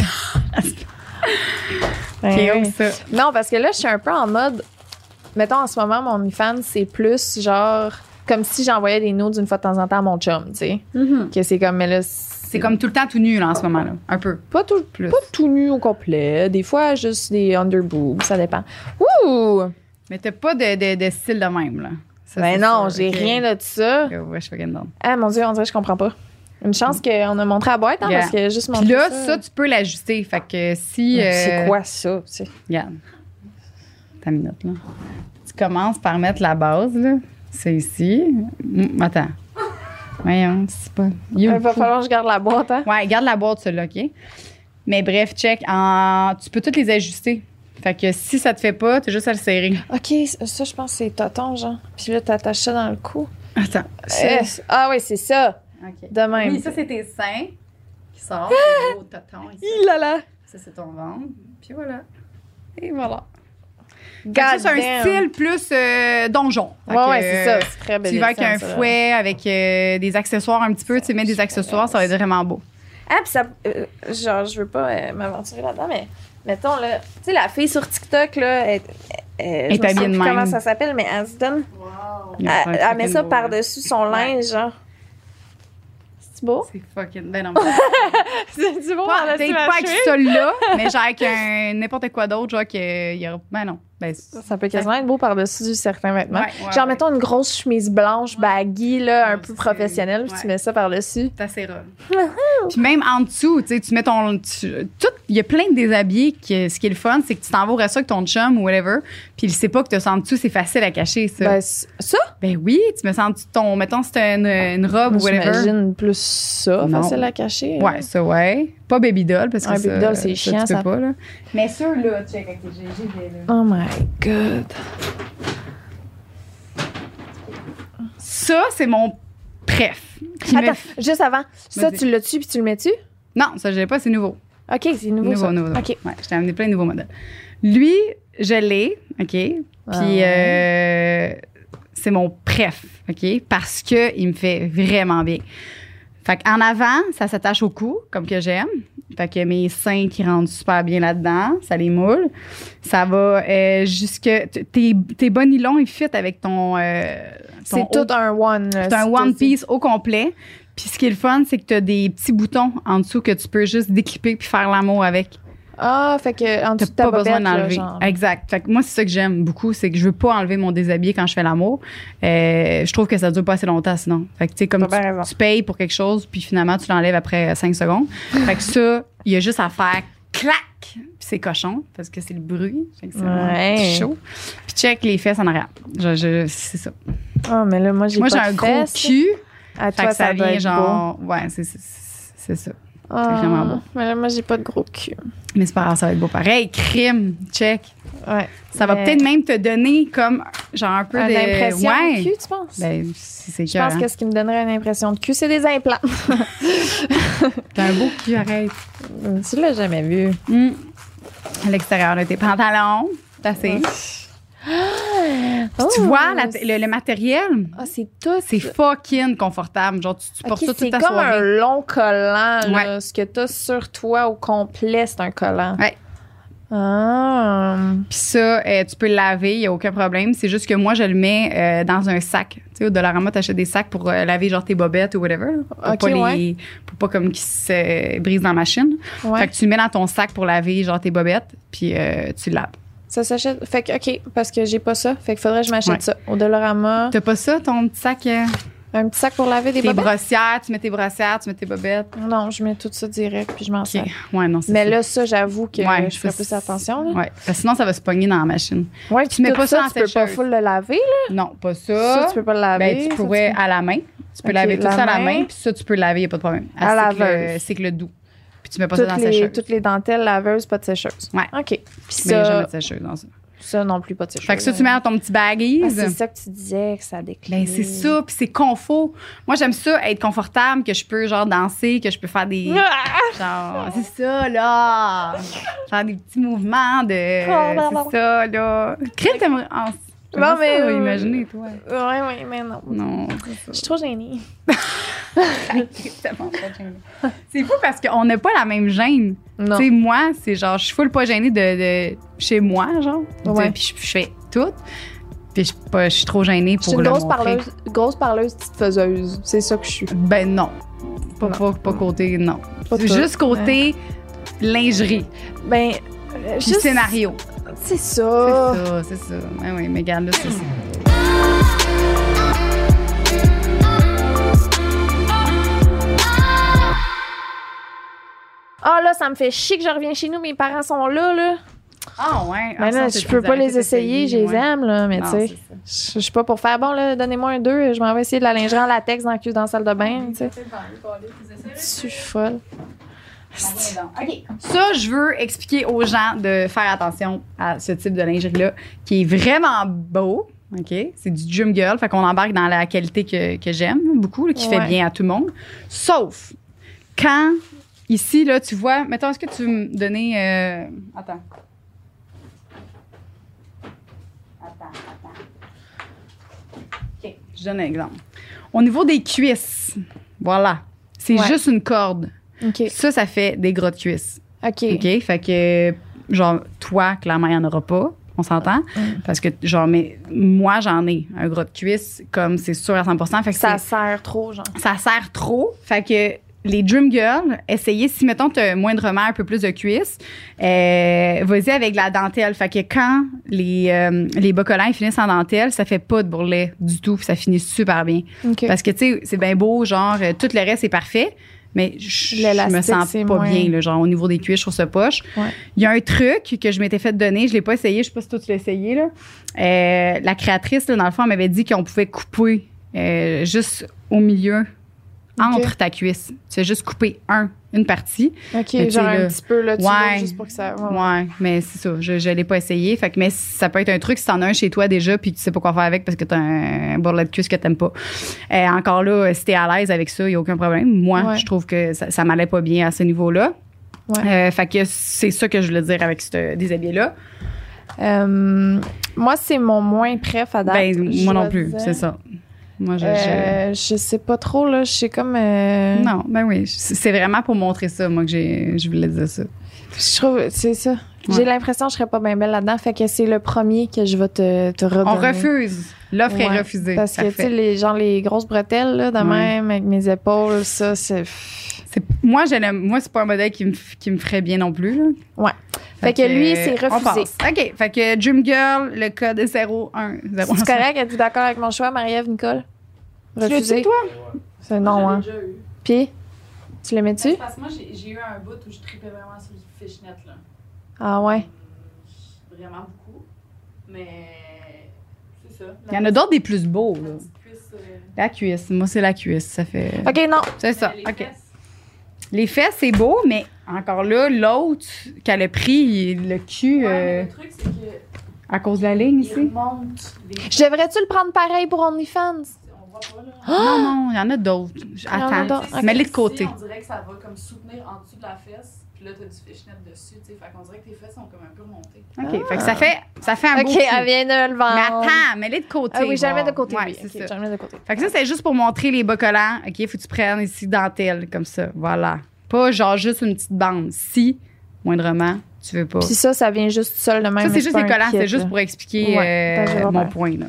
C: Ben
B: Ok,
C: oui.
B: oh, ça.
C: Non, parce que là, je suis un peu en mode. Mettons, en ce moment, mon OnlyFans, c'est plus genre. Comme si j'envoyais des notes d'une fois de temps en temps à mon chum, tu sais. Que c'est comme, mais là.
B: C'est comme tout le temps tout nu, là, en ce moment, là. Un peu.
C: Pas tout,
B: Plus.
C: pas tout nu au complet. Des fois, juste des underboobs, ça dépend. Ouh!
B: Mais t'as pas de, de- de style de même, là. Ça,
C: Ben
B: c'est
C: non,
B: sûr,
C: j'ai
B: ok.
C: rien de ça.
B: Ok, ouais, je suis fucking down.
C: Ah mon Dieu, on dirait que je comprends pas. Une chance qu'on a montré à la boîte, hein,
B: Yeah.
C: parce que juste
B: Puis
C: montrer
B: là,
C: ça-
B: ça, tu peux l'ajuster. Fait que si.
C: C'est
B: euh,
C: quoi ça? tu sais?
B: Regarde. Ta minute, là. Tu commences par mettre la base, là. C'est ici. Mm, attends. Voyons, c'est pas.
C: Il
B: You.
C: va falloir que je garde la boîte. Hein?
B: Ouais, garde la boîte, celle-là, OK? Mais bref, check. En... Tu peux toutes les ajuster. Fait que si ça te fait pas, t'as juste à le serrer.
C: Ok, ça, je pense que c'est tonton, genre. Puis là, t'attaches ça dans le cou.
B: Attends.
C: Eh, ah oui, c'est ça.
B: Euh, OK.
C: De même.
B: Oui, Ah! ça, c'est tes seins qui sortent. le gros toton ici.
C: Hi là là.
B: Ça, c'est ton ventre. Puis voilà. Et voilà. Fait que
C: God
B: ça, c'est un
C: damn.
B: style plus euh, donjon. Fait
C: Ouais,
B: que,
C: ouais, c'est
B: euh,
C: ça. C'est très belle.
B: Tu y vas avec un fouet, avec euh, des accessoires un petit peu. Tu mets des accessoires, ça va être vraiment beau.
C: Ah, puis ça. euh, genre, je veux pas euh, m'aventurer là-dedans, mais mettons, là. Tu sais, la fille sur TikTok, là. Elle,
B: est
C: elle- je me souviens
B: habillée de
C: plus
B: même.
C: comment ça s'appelle, mais elle se donne.
D: Wow.
B: Il
C: Elle,
B: va faire
C: elle met
B: fucking
C: Ah, ça
B: beau,
C: par-dessus son
B: Ouais.
C: linge, genre. C'est beau?
B: là. C'est fucking. Ben non, mais-
C: C'est du beau,
B: pas,
C: par-dessus
B: peut-être
C: ma
B: pas avec
C: cheville? ça.
B: celui-là, mais genre avec un- n'importe quoi d'autre, genre qu'il y aura. Ben non. Ben, c'est-
C: peut quasiment être beau par-dessus certains vêtements.
B: Ouais, ouais,
C: genre,
B: ouais.
C: mettons une grosse chemise blanche, baggy, là, un
B: Ouais,
C: peu
B: c'est-
C: professionnelle, puis tu
B: ouais.
C: mets ça par-dessus.
B: C'est assez rare. Puis même en dessous, tu sais, tu mets ton. tu- tout, il y a plein de déshabillés. que- ce qui est le fun, c'est que tu t'en vas au resto avec ton chum ou whatever, puis il sait pas que tu ça en dessous, c'est facile à cacher, ça.
C: Ben,
B: Ben,
C: c- ça,
B: oui, tu me sens ton. Mettons, si t'as une, une robe ou whatever.
C: j'imagine plus ça,
B: Non.
C: facile à cacher. là.
B: Ouais, ça, ouais. Pas baby doll, parce que
C: Ouais,
B: ça,
C: baby doll,
B: ça,
C: c'est chiant,
B: tu peux
C: ça.
B: pas, là. Mais ceux-là, check, ok, j'ai là.
C: Oh my god.
B: Ça, c'est mon préf. qui me
C: Attends,
B: f-
C: juste avant, ça,
B: Vas-y.
C: tu l'as-tu puis tu le mets-tu?
B: Non, ça, je l'ai pas, c'est nouveau.
C: Ok, c'est nouveau.
B: Nouveau,
C: ça.
B: nouveau. nouveau.
C: Ok.
B: Ouais, je t'ai amené plein de nouveaux modèles. Lui, je l'ai, OK? Puis euh, c'est mon préf, OK? Parce que il me fait vraiment bien. Fait qu'en avant, ça s'attache au cou, comme que j'aime. Fait que mes seins qui rentrent super bien là-dedans, ça les moule. Ça va euh, jusque... t- Tes, tes bas nylons, ils fit avec ton... euh, ton
C: C'est tout un one.
B: c'est un one piece au complet. Puis ce qui est le fun, c'est que tu as des petits boutons en dessous que tu peux juste déclipper puis faire l'amour avec.
C: Ah, fait que en
B: T'as
C: dessous de ta
B: pas besoin
C: bobette, là,
B: d'enlever.
C: genre.
B: Exact. Fait que moi, c'est ça que j'aime beaucoup, c'est que je veux pas enlever mon déshabillé quand je fais l'amour. Euh, je trouve que ça dure pas assez longtemps sinon. Fait que tu sais, comme
C: T'as bien
B: tu,
C: raison.
B: tu payes pour quelque chose puis finalement tu l'enlèves après 5 secondes. Fait que ça, il y a juste à faire clac claque. Puis c'est cochon parce que c'est le bruit. Fait que c'est
C: Ouais.
B: vraiment chaud. Puis check les fesses en arrière. Je, je- c'est ça.
C: Oh, mais là, moi, j'ai
B: Moi,
C: pas
B: j'ai un
C: de
B: gros
C: fesses.
B: cul.
C: À
B: Fait
C: toi,
B: que ça,
C: ça, doit
B: vient
C: être beau.
B: genre. Ouais, c'est, c'est, c'est- c'est ça.
C: Ah,
B: vraiment beau.
C: Mais là, moi, j'ai pas de gros cul.
B: Mais c'est pas grave, ça va être beau pareil. Crime, check.
C: Ouais.
B: Ça va
C: Mais-
B: peut-être même te donner comme genre un peu
C: Une
B: de.
C: impression
B: ouais.
C: de cul, tu penses?
B: Ben, si c'est
C: je pense
B: écœurant.
C: que ce qui me donnerait une impression de cul, c'est des implants.
B: T'as un beau cul, arrête.
C: tu l'as jamais vu.
B: Hum. À l'extérieur de tes pantalons, t'as assez. Puis tu
C: Oh,
B: vois la- le, le matériel,
C: Ah, c'est tout.
B: c'est fucking confortable. Genre, tu, tu portes
C: Ok,
B: ça
C: c'est
B: toute ta
C: comme
B: soirée.
C: un long collant, là. Ce que t'as sur toi au complet, c'est un collant.
B: Ouais.
C: Ah.
B: Puis ça, euh, tu peux le laver, il n'y a aucun problème. C'est juste que moi, je le mets euh, dans un sac. Tu sais, au Dollarama, t'achètes des sacs pour euh, laver genre tes bobettes ou whatever. là, pour,
C: Ok,
B: pas les,
C: ouais.
B: pour pas comme qu'ils se brisent dans la machine.
C: Ouais.
B: Fait que tu le mets dans ton sac pour laver genre tes bobettes, puis euh, tu le laves.
C: Ça s'achète. Fait que, OK, parce que j'ai pas ça. Fait que faudrait que je m'achète
B: Ouais.
C: ça. Au Dolorama.
B: T'as pas ça, ton petit sac? euh,
C: Un petit sac pour laver des
B: tes
C: bobettes?
B: brossières, tu mets tes brossières, tu mets tes bobettes.
C: Non, je mets tout ça direct, puis je m'en
B: OK.
C: sers.
B: Ouais, non, c'est
C: Mais
B: ça.
C: là, ça, j'avoue que
B: Ouais,
C: je ferais
B: ça,
C: plus
B: c'est-
C: attention. Là.
B: Ouais, parce que sinon, ça va se pogner dans la machine.
C: Ouais,
B: Tu mets
C: tout
B: pas ça en
C: tu peux pas
B: sécheuse.
C: full le laver. Là.
B: Non, pas
C: Ça,
B: ça.
C: tu peux pas le laver.
B: ben, tu
C: ça,
B: pourrais
C: peux-
B: à la main. Tu peux
C: Ok,
B: laver tout
C: la
B: ça à la
C: main.
B: main, puis ça, tu peux le laver, il n'y a pas de problème.
C: À
B: Ah, c'est que
C: laveuse.
B: le- C'est que le doux. Puis tu mets pas ça
C: toutes,
B: dans la
C: les,
B: sécheuse.
C: toutes les dentelles laveuses, pas de sécheuse.
B: Ouais.
C: OK. Puis
B: Tu mets jamais
C: ça,
B: de sécheuse dans ça.
C: ça non plus, pas de sécheuse.
B: Fait que ça, tu mets dans ton petit baggies.
C: Ah, c'est ça que tu disais, que ça décline.
B: Ben, c'est ça, puis c'est confort. Moi, j'aime ça, être confortable, que je peux, genre, danser, que je peux faire des.
C: Ah!
B: Genre, c'est ça, là. Faire des petits mouvements de. C'est ça, là. Crème, t'aimerais. ah,
C: Oh, Non, mais- euh,
B: ça, Imaginez, toi.
C: Ouais, ouais, mais non.
B: Non,
C: Je
B: c'est
C: suis trop gênée.
B: ça. c'est fou parce qu'on n'a pas la même gêne.
C: Non.
B: Tu sais, moi, c'est genre, je suis full pas gênée de, de- chez moi, genre. Tu sais,
C: Ouais.
B: Puis je, je fais tout. Puis je, suis pas- je suis trop gênée
C: Je
B: pour
C: suis une
B: le
C: grosse
B: montrer.
C: parleuse, grosse parleuse, petite faiseuse. C'est ça que je suis.
B: Ben non. Pas,
C: Non.
B: Pas, pas côté, non.
C: Pas toi.
B: Juste côté lingerie,
C: Ben, euh,
B: puis
C: juste-
B: scénario.
C: C'est ça.
B: C'est ça, c'est ça. Ouais, ouais, mais regarde, là, c'est ça.
C: Ah là, ça me fait chier que je reviens chez nous, mes parents sont là, là.
B: Ah ouais.
C: Ben là, je peux pas les essayer, je les aime, là, mais tu sais. Je je suis pas pour faire bon, là, donnez-moi un deux, je m'en vais essayer de la lingerie en latex dans, le cul- dans la salle de bain, tu sais. Je suis folle.
B: Ça, je veux expliquer aux gens de faire attention à ce type de lingerie-là, qui est vraiment beau. OK? C'est du gym girl. Fait qu'on embarque dans la qualité que, que j'aime beaucoup, là, qui
C: Ouais.
B: fait bien à tout le monde. Sauf quand, ici, là, tu vois. Mettons, est-ce que tu veux me donner. euh, Attends. Attends, attends. OK. Je donne un exemple. Au niveau des cuisses, voilà. C'est
C: Ouais.
B: juste une corde.
C: OK.
B: Ça, ça fait des gros de cuisses.
C: OK.
B: OK, fait que, genre, toi, clairement, il n'y en aura pas. On s'entend?
C: Mm.
B: Parce que, genre, mais moi, j'en ai un gros de cuisse, comme c'est sûr à 100 Fait que
C: Ça
B: ça,
C: sert trop, genre.
B: ça sert trop. Fait que les Dream Girls, essayez, si, mettons, tu as moindrement un peu plus de cuisse, euh, vas-y avec de la dentelle. Fait que quand les, euh, les bas collants, ils finissent en dentelle, ça fait pas de bourrelet du tout, puis ça finit super bien.
C: OK.
B: Parce que, tu sais, c'est bien beau, genre, euh, tout le reste est parfait, mais je je me
C: L'élastique,
B: sens
C: c'est
B: pas
C: moins-
B: bien, là, genre, au niveau des cuisses, je trouve ça poche. Il
C: Ouais.
B: y a un truc que je m'étais fait donner, je l'ai pas essayé, je sais pas si toi tu l'as essayé, là. Euh, la créatrice, là, dans le fond, elle m'avait dit qu'on pouvait couper euh, juste au milieu, entre ta cuisse. Tu fais juste couper un, une partie.
C: OK,
B: Mais tu
C: genre
B: sais,
C: un
B: là,
C: petit peu, là, tu
B: ouais.
C: veux juste pour que ça... ouais, ouais.
B: Ah Ouais, mais c'est ça, je, je l'ai pas essayé. Fait que, mais ça peut être un truc si t'en as un chez toi déjà puis que tu sais pas quoi faire avec parce que t'as un bourrelet de cuisse que t'aimes pas. Euh, encore là, euh, si t'es à l'aise avec ça, y a aucun problème. Moi,
C: Ouais.
B: je trouve que ça, ça m'allait pas bien à ce niveau-là.
C: Ouais.
B: Euh, fait que c'est ça que je voulais dire avec ce déshabillé-là.
C: Euh, moi, c'est mon moins préf à date.
B: Ben,
C: je
B: moi non
C: dois
B: plus,
C: dire.
B: c'est ça. Moi, je. je-
C: Euh, je sais pas trop, là. Je sais comme. euh,
B: Non, ben oui, c'est c'est vraiment pour montrer ça, moi, que j'ai, je voulais dire ça.
C: Je trouve. C'est ça. J'ai
B: Ouais.
C: l'impression que je serais pas bien belle là-dedans. Fait que c'est le premier que je vais te, te redonner.
B: On refuse. L'offre
C: Ouais,
B: est refusée.
C: Parce que, tu
B: Parfait.
C: sais, les, genre, les grosses bretelles, là, de
B: Ouais.
C: même, avec mes épaules, ça, c'est.
B: C'est- moi, je l'aime- moi, c'est pas un modèle qui me, f- qui me ferait bien non plus. là.
C: Ouais. Fait que lui,
B: euh,
C: c'est
B: on
C: refusé.
B: passe. OK. Fait que Dream Girl, le code 01.
C: C'est correct? Êtes-vous d'accord avec mon choix, Marie-Ève, Nicole? Refusé?
B: toi?
C: C'est non, hein.
D: Ben,
C: Puis, tu le mets-tu?
D: Parce que moi, j'ai j'ai eu un bout où je tripais vraiment sur le fishnet, là. Hum,
C: Ah ouais.
D: Vraiment beaucoup. Mais c'est ça.
B: Il y en a d'autres des plus beaux, là.
D: Cuisse, euh, ben,
B: La cuisse. Moi, c'est la cuisse. Ça fait.
C: OK, non.
B: C'est ça.
D: les
B: OK.
D: fesses.
B: Les fesses, c'est beau, mais encore là, l'autre qu'elle a pris, il- le cul,
D: Ouais,
B: euh,
D: mais le truc, c'est que
B: à cause de la ligne
D: ils
B: ici. Ah,
D: remontent des.
C: Je devrais-tu le prendre pareil pour OnlyFans?
D: On voit pas, là.
B: Non, non, il y en a d'autres.
C: en a
B: Attends.
C: d'autres.
D: Mais
B: Mets-les de côté.
D: On dirait que ça va comme soutenir en dessous de la fesse, puis là, t'as du fishnet dessus, tu sais. Fait qu'on dirait que tes fesses sont comme un peu remontées.
B: OK. Fait que ça fait, ça fait un beau.
C: Ah. OK,
B: cul.
C: elle vient de le vendre.
B: Mais attends, mets-les de côté.
C: Ah oui, je la mets de
B: voir.
C: côté.
B: Ouais,
C: oui.
B: c'est
C: Ok,
B: ça.
C: je la mets de côté.
B: Fait que ça, c'est juste pour montrer les bas collants. OK, faut que tu prennes ici dentelle, comme ça. Voilà. Pas genre juste une petite bande. Si, moindrement, tu veux pas.
C: Puis ça, ça vient juste seul de même.
B: ça, c'est
C: mais
B: juste
C: pas
B: des
C: un
B: collants.
C: kit,
B: C'est juste
C: là.
B: pour expliquer
C: Ouais, ben,
B: euh,
C: t'as raison,
B: mon
C: ouais.
B: point, là.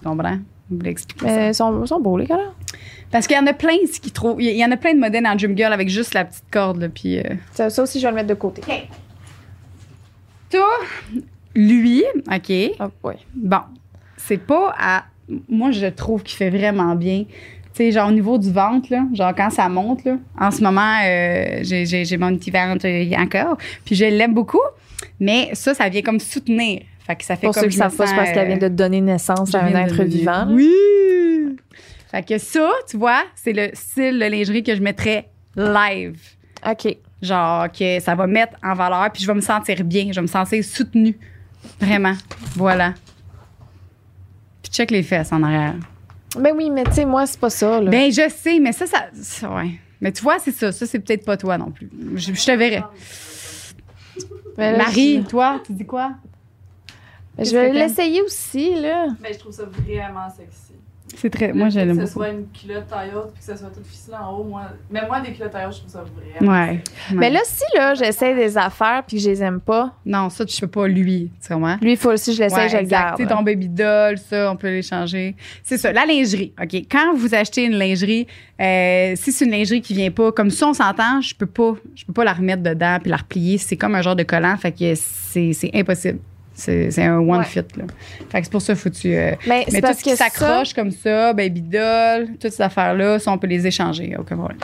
B: Tu comprends? Je voulais expliquer ça.
C: Mais ils sont, ils sont beaux, les collants.
B: Parce qu'il y en a plein ici qui trouvent. Il y en a plein de modèles en gym girl avec juste la petite corde, là. Puis. euh,
C: Ça, ça aussi, je vais le mettre de côté.
B: Toi, lui, OK.
C: Ah, ouais.
B: Bon, c'est pas à. Moi, je trouve qu'il fait vraiment bien. Tu sais, genre au niveau du ventre, là, genre quand ça monte, là, en ce moment, euh, j'ai- j'ai j'ai mon petit ventre euh, encore, puis je l'aime beaucoup, mais ça, ça vient comme soutenir. Fait que ça fait
C: Pour
B: comme
C: ceux qui
B: je me
C: savent pas, c'est
B: sens,
C: parce qu'elle
B: euh,
C: vient de donner naissance
B: je
C: à un
B: viens de
C: être
B: donner-
C: vivant. là.
B: Oui! Fait que ça, tu vois, c'est le style de lingerie que je mettrais live
C: OK.
B: genre que ça va mettre en valeur puis je vais me sentir bien, je vais me sentir soutenue. Vraiment. Voilà. Puis check les fesses en arrière.
C: Ben oui, mais tu sais, moi, c'est pas ça. Là.
B: Ben je sais, mais ça ça, ça, ouais. Mais tu vois, c'est ça, ça c'est peut-être pas toi non plus. Je, je te verrai. Euh,
C: Mais là,
B: Marie, toi, tu dis quoi
C: je- Je vais
B: qu'est-ce que
C: l'essayer aussi, là.
D: Mais Ben, je trouve ça vraiment sexy.
B: C'est très moi
D: Le fait
B: j'aime
D: Que ce
B: beaucoup.
D: soit une culotte taille haute, puis que ça soit tout ficelé en haut, moi. Mais moi, des culottes taille haute, je trouve ça vraiment.
B: Ouais.
C: Mais là, si là, j'essaie des affaires puis que je les aime pas,
B: non, ça tu peux pas lui, tu comprends
C: lui, il faut aussi que je l'essaie,
B: Ouais,
C: je le
B: exact.
C: garde.
B: Tu sais, ton baby doll, ça, on peut l'échanger. C'est ça, la lingerie. OK. Quand vous achetez une lingerie, euh, si c'est une lingerie qui vient pas, comme ça, on s'entend, je peux pas, je peux pas la remettre dedans puis la replier. C'est comme un genre de collant, fait que c'est, c'est impossible. C'est, c'est un one
C: Ouais.
B: fit, là. Fait que c'est pour ça, faut que tu. euh, mais
C: Mais c'est
B: tout
C: parce
B: ce qui
C: que ça,
B: s'accroche comme ça, baby doll, toutes ces affaires-là, ça, on peut les échanger. OK, problème.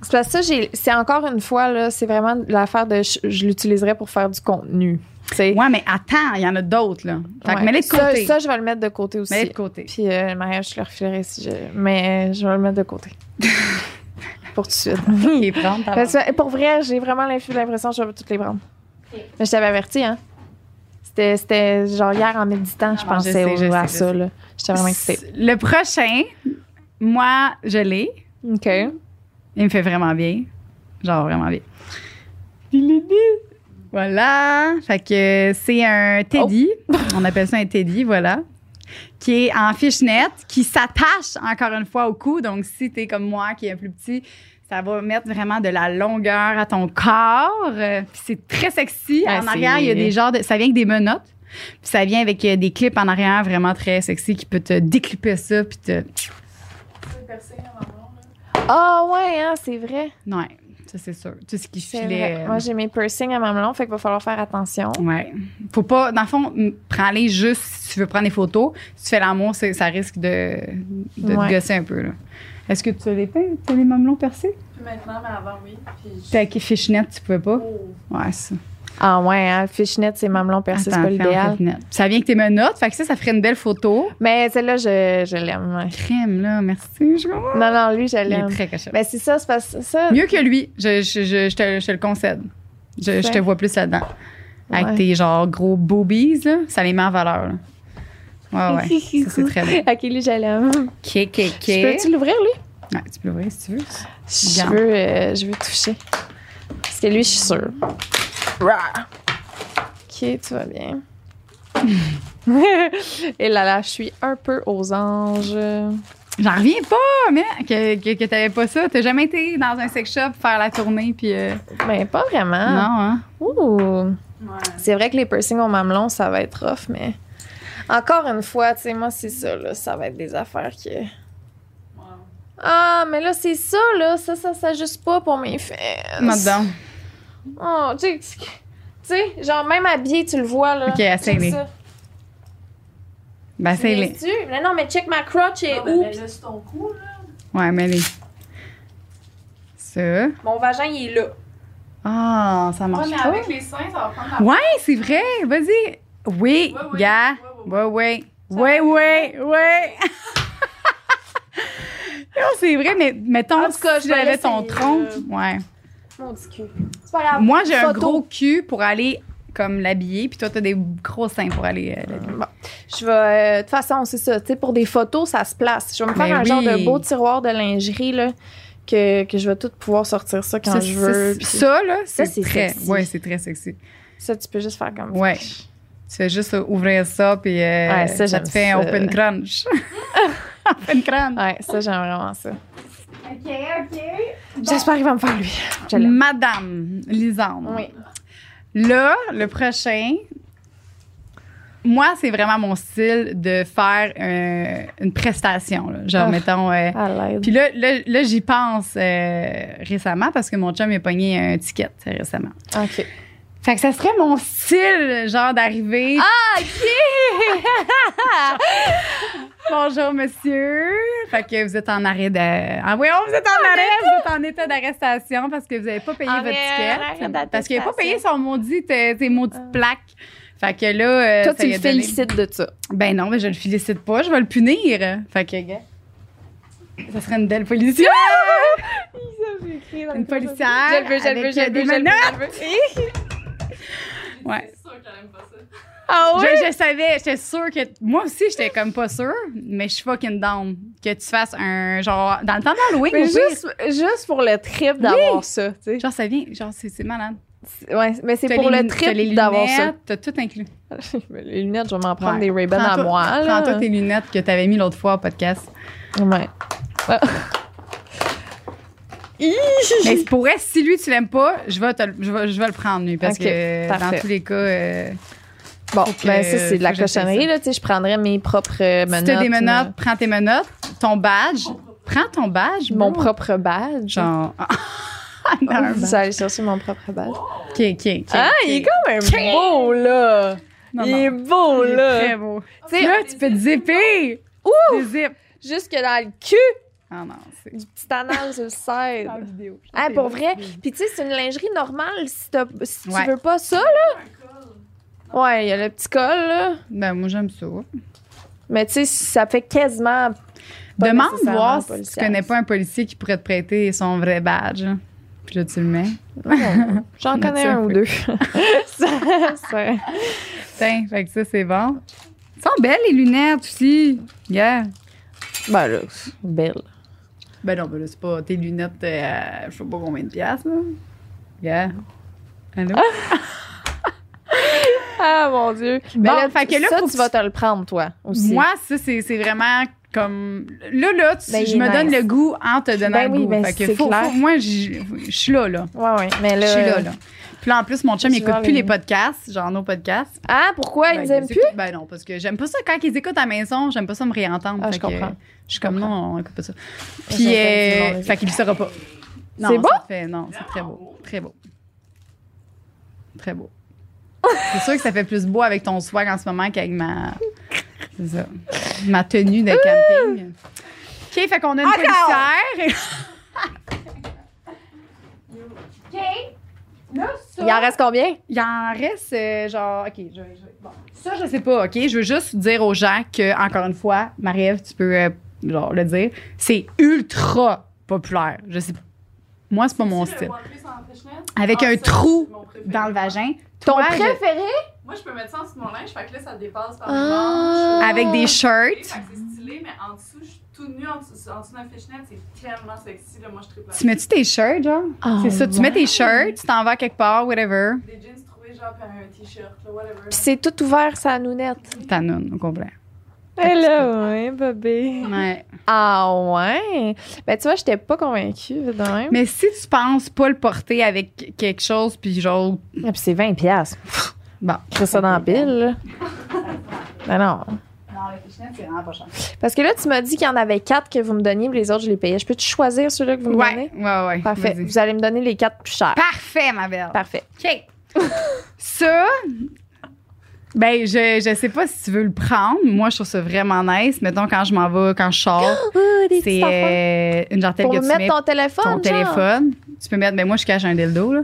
C: c'est parce que ça, j'ai- c'est encore une fois, là, c'est vraiment l'affaire de je, je l'utiliserais pour faire du contenu. Tu sais.
B: Ouais, mais attends, il y en a d'autres, là. Fait que
C: Ouais.
B: mets-les de
C: Ça-
B: côté.
C: Ça, je vais le mettre de côté aussi.
B: mets-les de côté.
C: Puis euh, le mariage, je le refilerai si je. Mais euh, je vais le mettre de côté. pour tout de suite.
B: Et prendre ta-
C: Parce que, pour vrai, j'ai vraiment l'inf- l'impression que je vais toutes les prendre. Mais je t'avais averti, hein? C'était- C'était genre hier en méditant, je
B: non, Ah, je
C: pensais
B: sais,
C: au-
B: je
C: à
B: sais, je
C: ça.
B: sais.
C: là. J'étais vraiment excitée.
B: Le prochain, moi, je l'ai.
C: OK.
B: Il me fait vraiment bien. Genre, vraiment bien. Il est bien. Voilà. Fait que c'est un teddy.
C: Oh.
B: On appelle ça un teddy, voilà. Qui est en fishnet, qui s'attache encore une fois au cou. Donc, si t'es comme moi, qui est un plus petit, ça va mettre vraiment de la longueur à ton corps. Euh, Puis c'est très sexy.
C: Ah,
B: en
C: c'est-
B: arrière, il y a des genres de. Ça vient avec des menottes. Puis ça vient avec euh, des clips en arrière vraiment très sexy qui peut te déclipper ça. Puis te.
D: C'est percé en avant, là.
C: Ah ouais, hein, c'est vrai.
B: Ouais, ça c'est sûr. Tout ce qui
C: C'est
B: filait.
C: vrai.
B: euh,
C: Moi, j'ai mes piercings à mamelon, fait qu'il va falloir faire attention.
B: Ouais. Faut pas, dans le fond, m- prends-les juste si tu veux prendre des photos. Si tu fais l'amour, c'est- ça risque de, de
C: Ouais.
B: te gosser un peu. là. Est-ce que tu as les pins, tu as les mamelons percés?
D: Plus maintenant, mais avant, oui. Puis je-
B: T'as avec les fishnets, tu pouvais pas?
D: Oh.
B: Ouais, c'est ça.
C: Ah ouais, hein, le fishnet, c'est mamelon percé, c'est
B: Attends,
C: pas
B: fais en
C: l'idéal.
B: fishnets. Ça vient avec tes menottes, fait que ça, ça ferait une belle photo.
C: Mais celle-là, je, je l'aime. ouais.
B: Crème, là, merci. Je comprends.
C: Non, non, lui, je
B: Il est
C: l'aime.
B: très cochon.
C: Mais c'est ça, c'est parce que ça.
B: Mieux que lui, je, je, je, je te, je te le concède. Je, je te
C: Ouais.
B: vois plus là-dedans. Avec
C: Ouais.
B: tes genre gros boobies, là, ça les met en valeur. là. Ouais, ouais. ça, c'est très bien.
C: Ok, lui, je l'aime.
B: Ok, ok, ok.
C: Je Peux-tu l'ouvrir, lui?
B: Ouais, tu peux l'ouvrir si tu veux.
C: Je
B: Bien.
C: veux, euh, je veux toucher. Parce que lui, je suis sûre. Rah! Ok, tout va bien. Et là, là, je suis un peu aux anges.
B: J'en reviens pas, mais que, que, que t'avais pas ça. T'as jamais été dans un sex shop faire la tournée, puis. euh,
C: Mais Ben, pas vraiment.
B: Non, hein?
C: Ouh.
D: Ouais.
C: C'est vrai que les piercings au mamelon, ça va être rough, mais encore une fois, tu sais, moi, c'est ça, là. Ça va être des affaires qui.
D: Ouais.
C: Ah, mais là, c'est ça, là. Ça, ça s'ajuste pas pour mes fesses.
B: Moi dedans.
C: Oh, tu sais, tu sais, genre, même habillé, tu le vois, là.
B: Ok, essaye-les.
C: Check ça.
B: Ben, c'est les.
C: Viens-tu? Mais non, mais check ma crotch et
D: Non, mais
C: où?
D: mets-le sur ton cou, là.
B: Ouais, mais les. Ça.
C: Mon vagin, il est là.
B: Ah, ça
D: Ouais,
B: marche
D: mais
B: pas.
D: avec les seins, ça va prendre la
B: Ouais, c'est vrai. Vas-y. Oui,
D: Ouais, ouais,
B: gars. Ouais,
D: ouais,
B: ouais.
D: Ça
B: Ouais,
D: va.
B: ouais, ouais. Non, c'est vrai, mais mettons,
C: En tout cas,
B: si
C: je vais
B: j'avais ton
C: l'essayer,
B: tronc,
C: euh,
B: ouais.
C: Mon petit cul. C'est pas grave.
B: Moi, j'ai un
C: photo.
B: gros cul pour aller comme l'habiller, puis toi, t'as des gros seins pour aller euh, l'habiller.
C: Bon. Je vais. euh, De toute façon, c'est ça. Tu sais, pour des photos, ça se place. Je vais me faire
B: Ben
C: un
B: oui.
C: genre de beau tiroir de lingerie, là, que, que je vais tout pouvoir sortir ça quand
B: Ça,
C: je
B: ça,
C: veux.
B: c'est-
C: Puis ça,
B: ça, là, c'est
C: Ça, c'est
B: très.
C: sexy.
B: Ouais, c'est très sexy.
C: tu peux juste faire comme
B: Ouais. Tu fais juste euh, ouvrir ça, puis euh,
C: Ouais, ça,
B: te
C: j'aime
B: fait un
C: ça.
B: open crunch. open crunch.
C: Ouais, ça, j'aime vraiment ça.
D: OK, OK.
C: J'espère qu'il va me faire lui. Je l'aime.
B: Madame Lisande.
C: Oui.
B: Là, le prochain, moi, c'est vraiment mon style de faire euh, une prestation. là. Genre,
C: Ah.
B: mettons. euh,
C: À l'aide.
B: puis là, là, là, j'y pense euh, récemment parce que mon chum m'a pogné un ticket euh, récemment.
C: OK.
B: Fait que ça serait mon style, genre, d'arriver. Ah, Bonjour, monsieur. Fait que vous êtes en arrêt de. Ah oui, oh, vous êtes en arrêt, vous êtes en état d'arrestation parce que vous n'avez pas payé
C: En
B: votre
C: arrêt- en arrêt
B: ticket.
C: d'attestation.
B: Parce qu'il n'a pas payé son maudit, euh, ses maudites plaques. Fait que là. euh,
C: Ah. Toi,
B: ça
C: tu
B: lui a
C: le
B: donné-
C: félicites de ça.
B: Ben non, mais je le félicite pas, je vais le punir. Fait que, gars. Ça serait une belle policière.
C: Ah!
B: Une policière.
C: Je le veux, je le
B: avec,
C: veux, je
B: euh,
C: le
B: des
C: veux, je le veux,
B: menottes.
C: je le veux. Hi!
B: Ouais.
D: C'est sûr qu'elle aime pas ça.
C: Ah oui?
B: Je, je savais, j'étais sûre que. Moi aussi, j'étais comme pas sûre, mais je suis fucking down. Que tu fasses un genre. Dans le temps d'Halloween,
C: Mais
B: oui.
C: juste, juste pour le trip d'avoir ça, tu sais.
B: Genre, ça vient. Genre, c'est, c'est malade.
C: C'est- Ouais, mais c'est
B: T'as
C: pour
B: les
C: le
B: lun- t'as les
C: trip d'avoir ça.
B: lunettes, T'as tout inclus.
C: Mais les lunettes, je vais m'en prendre
B: Ouais.
C: des Ray-Ban à
B: Prends-toi-
C: moi. là.
B: Prends-toi tes lunettes que t'avais mis l'autre fois au podcast.
C: Ouais. Hi!
B: mais c'est pour vrai, si lui, tu l'aimes pas, je vais, te le- je vais, je vais le prendre, lui. Parce
C: Ok,
B: que
C: parfait.
B: dans tous les cas, euh,
C: Bon,
B: Faut que-
C: ben ça, c'est de la
B: faut que j'essaie
C: cochonnerie,
B: ça.
C: là. Tu sais, je prendrais mes propres euh, menottes.
B: si t'as des menottes,
C: euh,
B: prends tes menottes. Ton badge. Prends ton badge.
C: Mon
B: bro.
C: propre Ah, badge.
B: mmh. Genre. Non, un
C: Je
B: badge.
C: vais aller chercher mon propre badge.
B: Ok, ok, ok.
C: ah,
B: ok.
C: il est quand même beau, là!
B: Non,
C: il
B: non.
C: est beau,
B: Il est
C: Oh, là!
B: très beau.
C: Tu sais,
B: là, tu peux te zipper. Ouh! Des zips.
C: Jusque dans le cul
B: Ah non, c'est
C: du petit anal sur le side.
B: en vidéo.
C: Ah, pour vrai? Puis tu sais, c'est une lingerie normale si, t'as- si
B: Ouais.
C: tu veux pas ça,
D: Un col.
C: là. Ouais, il y a le petit col, là.
B: Ben, moi, j'aime ça.
C: Mais tu sais, ça fait quasiment... pas
B: Demande
C: nécessairement
B: voir si tu
C: policière.
B: connais pas un policier qui pourrait te prêter son vrai badge. hein. Puis là, tu le mets.
C: Non, J'en connais
B: Tu
C: un
B: un
C: ou
B: peu.
C: deux. Ça- ça-
B: Tiens, fait que ça, c'est bon. Elles sont belles, les lunettes aussi. Yeah.
C: Ben là, belle.
B: Ben non, ben là, c'est pas tes lunettes, euh, je sais pas combien de piastres, là. Yeah. Allô?
C: Ah mon Dieu. Mais
B: Bon,
C: là,
B: fait que Ben là,
C: ça,
B: faut
C: tu
B: que
C: vas
B: tu-
C: te le prendre, toi, aussi.
B: Moi, ça, c'est c'est vraiment comme. Là, là, tu-
C: Ben, il
B: je
C: est
B: me donne
C: nice.
B: le goût en te donnant
C: Ben
B: le
C: oui,
B: goût.
C: ben,
B: fait que
C: c'est
B: faut-
C: clair.
B: faut- moi, j'y- je suis là, là.
C: Ouais, ouais. Mais là...
B: Je suis là, là. Puis là, en plus, mon chum, il
C: Tu vas
B: écoute plus
C: les-
B: les podcasts, genre nos podcasts.
C: Ah, pourquoi? Ils
B: Ben,
C: nous aiment
B: les
C: plus?
B: écoute- Ben non, parce que j'aime pas ça. Quand ils écoutent à la maison, j'aime pas ça me réentendre.
C: Ah,
B: Fait
C: je
B: que,
C: comprends.
B: euh, Je suis comme,
C: comprends.
B: non, on écoute pas ça.
C: J'aime
B: Puis,
C: bien
B: euh,
C: tout le monde, les
B: fait qu'il le saura pas. Non,
C: C'est beau?
B: ça fait- non, c'est très beau. Très beau. Très beau. c'est sûr que ça fait plus beau avec ton swag en ce moment qu'avec ma... c'est ça. Ma tenue de camping. OK, fait qu'on a une policière.
C: Il en reste combien?
B: Il en reste, euh, genre, OK, je, vais- je vais- bon. ça, je sais pas, OK? Je veux juste dire aux gens que, encore une fois, Marie-Ève, tu peux, euh, genre, le dire, c'est ultra populaire. Je sais pas. Moi, c'est pas mon
D: Tu sais,
B: style.
D: le One Piece en fishnet?
B: Avec
D: Ah,
B: un
D: ça,
B: trou
D: c'est mon préféré.
B: Dans le vagin.
C: Ton
B: Toi, je-
C: préféré?
D: Moi, je peux mettre ça en dessous de mon linge, fait que là, ça dépasse par les
C: Ah.
D: manches.
B: Avec des
D: Fait
B: shirts.
D: que Ah, c'est stylé, mais en dessous, je suis tout nue en dessous, en dessous d'un fishnet, c'est tellement sexy, là, moi, je tripe
B: Tu mets-tu tes shirts, genre?
C: Oh,
B: c'est ça, tu mets tes shirts, tu t'en vas quelque part, whatever.
D: Des jeans trouvés, genre, par un t-shirt, là, whatever.
C: Puis c'est tout ouvert, sa nounette.
B: T'annonces, au complet. Ben
C: Hello, ouais, bébé.
B: Ouais.
C: Ah ouais? Ben tu vois, j'étais pas convaincue de même.
B: Mais si tu penses pas le porter avec quelque chose, puis genre,
C: Ah, puis c'est 20 pièces.
B: bon.
C: Crée ça dans la pile. là. Ben non.
D: Non, le fishnet, c'est vraiment pas cher.
C: Parce que là, tu m'as dit qu'il y en avait quatre que vous me donniez, puis les autres, je les payais. Je peux-tu choisir ceux-là que vous me
B: Ouais, ouais,
C: donnez?
B: ouais.
C: Parfait.
B: vas-y.
C: Vous allez me donner les quatre plus chers.
B: Parfait, ma belle.
C: Parfait.
B: OK. ça, ben, je, je sais pas si tu veux le prendre. Moi, je trouve ça vraiment nice. Mettons, quand je m'en vais, quand je sors,
C: Ah, des
B: c'est
C: petites affaires.
B: euh, une jartelle
C: Pour
B: que tu
C: mettre
B: mets
C: ton téléphone.
B: ton
C: genre.
B: téléphone. Tu peux mettre, ben moi je cache un dildo là,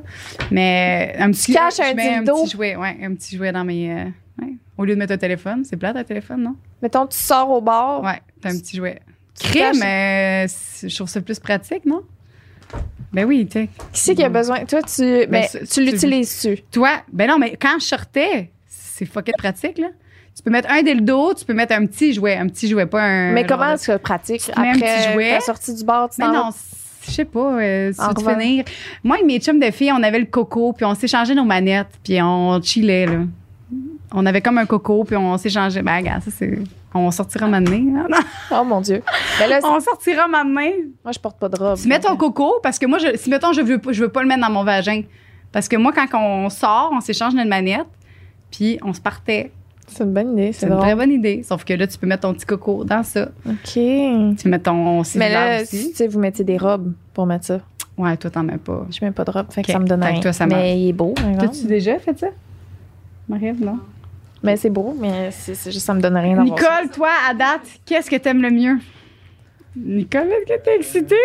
B: mais euh, un petit.
C: Tu caches
B: je
C: un
B: mets Un
C: dildo?
B: petit jouet, ouais, un petit jouet dans mes. euh, ouais. Au lieu de mettre un téléphone, c'est plate un téléphone, non
C: Mettons, tu sors au bar.
B: Ouais, t'as un petit jouet.
C: Tu
B: Crime,
C: caches-
B: mais je trouve ça plus pratique, non Ben oui, tu sais.
C: Qui c'est qui a besoin? Toi, tu, ben,
B: c'est-
C: tu l'utilises-tu?
B: Toi, ben non, mais quand je sortais, c'est fucking pratique là. Tu peux mettre un dildo, tu peux mettre un petit jouet, un petit jouet, pas un.
C: Mais
B: genre
C: comment
B: de-
C: tu le pratiques?
B: Tu te mets un petit
C: Après
B: jouet.
C: la sortie du bar, tu
B: Mais
C: t'en
B: non, c- je sais pas, euh, si
C: En
B: tu veux
C: revanche.
B: finir. Moi et mes chums de filles, on avait le coco, puis on s'échangeait nos manettes, puis on chillait, là. On avait comme un coco, puis on s'échangeait. Ben, regarde, ça, c'est. On sortira maintenant. hein.
C: Oh mon Dieu. Mais là, c'est-
B: on sortira maintenant.
C: moi, je porte pas de robe.
B: Tu mets ton coco, parce que moi, je, si mettons, je veux, pas- je veux pas le mettre dans mon vagin. Parce que moi, quand on sort, on s'échange notre manette, puis on se partait.
C: C'est une bonne idée,
B: C'est
C: c'est
B: une
C: drôle.
B: très bonne idée. Sauf que là, tu peux mettre ton petit coco dans ça.
C: OK.
B: Tu peux mettre ton
C: Mais là,
B: cellulaire
C: tu
B: aussi.
C: sais, vous mettez des robes pour mettre ça.
B: Ouais, toi, t'en mets pas.
C: Je mets pas de robe, fait que
B: Ok.
C: ça me donne
B: Fait que
C: rien.
B: toi, ça marche.
C: mais il est beau, par exemple.
B: T'as-tu déjà fait ça? Marie, non?
C: Mais c'est beau, mais c'est c'est juste ça me donne rien d'avoir ça.
B: Nicole, toi, à date, qu'est-ce que t'aimes le mieux? Nicole, est-ce que t'es excitée?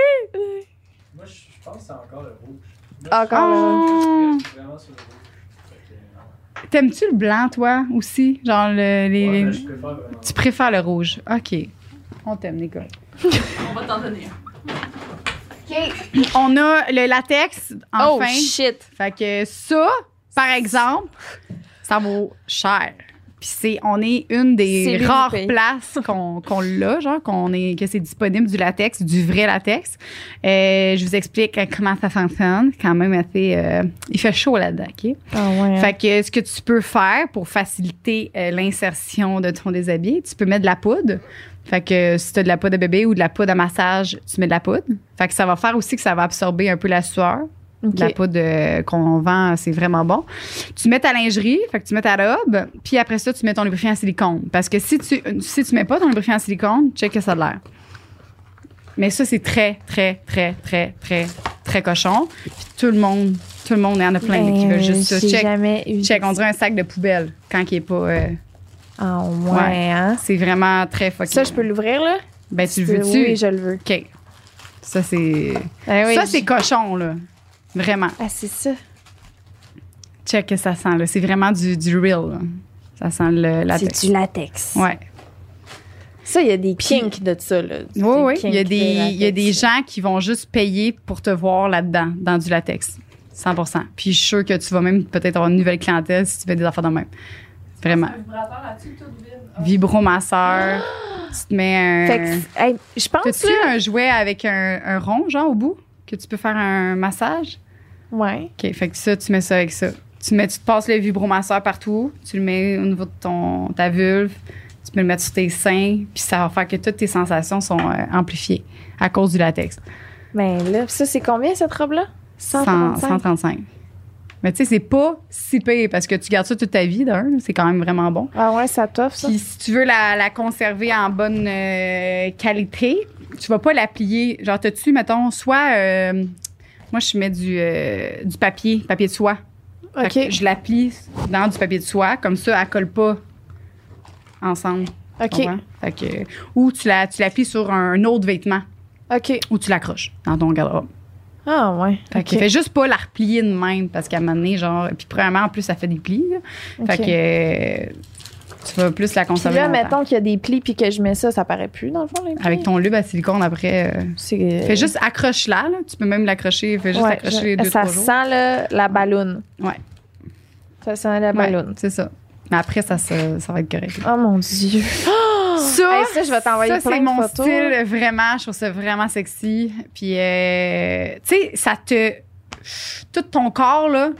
E: Moi, je je pense que c'est encore le rouge.
C: Encore là.
B: Oh!
E: Je suis vraiment sur le rouge. Fait que, euh,
B: T'aimes-tu le blanc, toi, aussi? Genre, le, les-
E: ouais,
B: les-
E: mais je préfère vraiment.
B: tu préfères le rouge. OK. On t'aime, Nicole.
D: On va t'en donner un.
B: On a le latex,
C: Oh
B: enfin.
C: shit!
B: fait que ça, par exemple, ça vaut cher. Puis c'est, on est une
C: C'est
B: des
C: lui
B: rares
C: qui paye.
B: places qu'on, qu'on l'a, genre qu'on est, que c'est disponible du latex, du vrai latex. Euh, je vous explique comment ça fonctionne. Quand même assez, euh, il fait chaud là-dedans, ok?
C: Ah ouais.
B: Fait que ce que tu peux faire pour faciliter euh, l'insertion de ton déshabillé, tu peux mettre de la poudre. Fait que si tu as de la poudre à bébé ou de la poudre à massage, tu mets de la poudre. Fait que ça va faire aussi que ça va absorber un peu la sueur.
C: OK.
B: De La poudre euh, qu'on vend, c'est vraiment bon. Tu mets ta lingerie, fait que tu mets ta robe, puis après ça, tu mets ton lubrifiant en silicone. Parce que si tu si tu mets pas ton lubrifiant en silicone, check que ça a de l'air. Mais ça, c'est très, très, très, très, très, très cochon. Puis tout le monde, tout le monde, il y en a plein là, qui
C: Ben,
B: veulent juste ça.
C: j'ai
B: Check,
C: jamais eu.
B: check, on dirait un sac de poubelle quand il est pas. euh,
C: Ah ouais,
B: Ouais.
C: hein?
B: c'est vraiment très fucking.
C: Ça, je peux l'ouvrir, là?
B: Ben, tu le
C: Euh,
B: veux-tu?
C: Oui, je le veux.
B: OK. Ça, c'est.
C: Ah
B: Ben
C: oui,
B: ça,
C: je-
B: c'est cochon, là. Vraiment.
C: Ah, c'est ça.
B: Check que ça sent, là. C'est vraiment du, du real, là. Ça sent le, la
C: C'est du latex.
B: Ouais.
C: Ça, il y a des kinks de ça, là.
B: Oui, oui. Il y a des, il y a des gens qui vont juste payer pour te voir là-dedans, dans du latex. 100 Puis je suis sûre que tu vas même peut-être avoir une nouvelle clientèle si tu fais des affaires de même. Vraiment.
D: Un vibrateur là-dessus, tout vide. Ah,
B: Vibromasseur. tu te mets un.
C: Fait que, hey, je pense,
B: euh, T'as-tu
C: là...
B: un jouet avec un, un rond, genre, au bout, que tu peux faire un massage?
C: Ouais.
B: OK, fait que ça, tu mets ça avec ça. Tu, mets, tu te passes le vibromasseur partout, tu le mets au niveau de ton, ta vulve, tu peux le mettre sur tes seins, puis ça va faire que toutes tes sensations sont euh, amplifiées à cause du latex.
C: Ben là, ça, c'est combien, cette robe-là?
B: 100,
C: 135.
B: 135. Mais tu sais, c'est pas si pire parce que tu gardes ça toute ta vie, d'un. C'est quand même vraiment bon.
C: Ah ouais, ça t'offre, ça?
B: Puis si tu veux la, la conserver en bonne euh, qualité, tu vas pas la plier. Genre, t'as-tu, mettons, soit. euh, moi, je mets du, euh, du papier, papier de soie. Fait
C: OK.
B: que je la plie dans du papier de soie, comme ça, elle colle pas ensemble. tu
C: OK.
B: comprends? Fait que- ou tu la, tu la plies sur un autre vêtement,
C: OK.
B: ou tu l'accroches dans ton garde-robe.
C: Ah ouais.
B: Fait
C: OK.
B: que fais juste pas la replier de même, parce qu'à un moment donné, genre. Puis, premièrement, en plus, ça fait des plis. là. Fait
C: OK.
B: que. euh, Tu vas plus la
C: Puis
B: consommer.
C: là,
B: longtemps.
C: mettons qu'il y a des plis puis que je mets ça, ça paraît plus, dans le fond, les plis.
B: Avec ton lube à silicone après. euh,
C: C'est...
B: fais juste accroche-la, là. Tu peux même l'accrocher. Fais juste
C: Ouais,
B: accrocher
C: je-
B: deux,
C: Ça
B: trois jours.
C: sent, là, la balloune.
B: Ouais.
C: Ça sent la
B: Ouais,
C: balloune.
B: c'est ça. Mais après, ça, se- ça va être correct.
C: Oh mon Dieu.
B: Ça,
C: Hey, ça, je vais t'envoyer
B: ça,
C: plein
B: c'est
C: de
B: mon
C: photos.
B: style, vraiment. Je trouve ça vraiment sexy. Puis, euh, tu sais, ça te. Tout ton corps, là,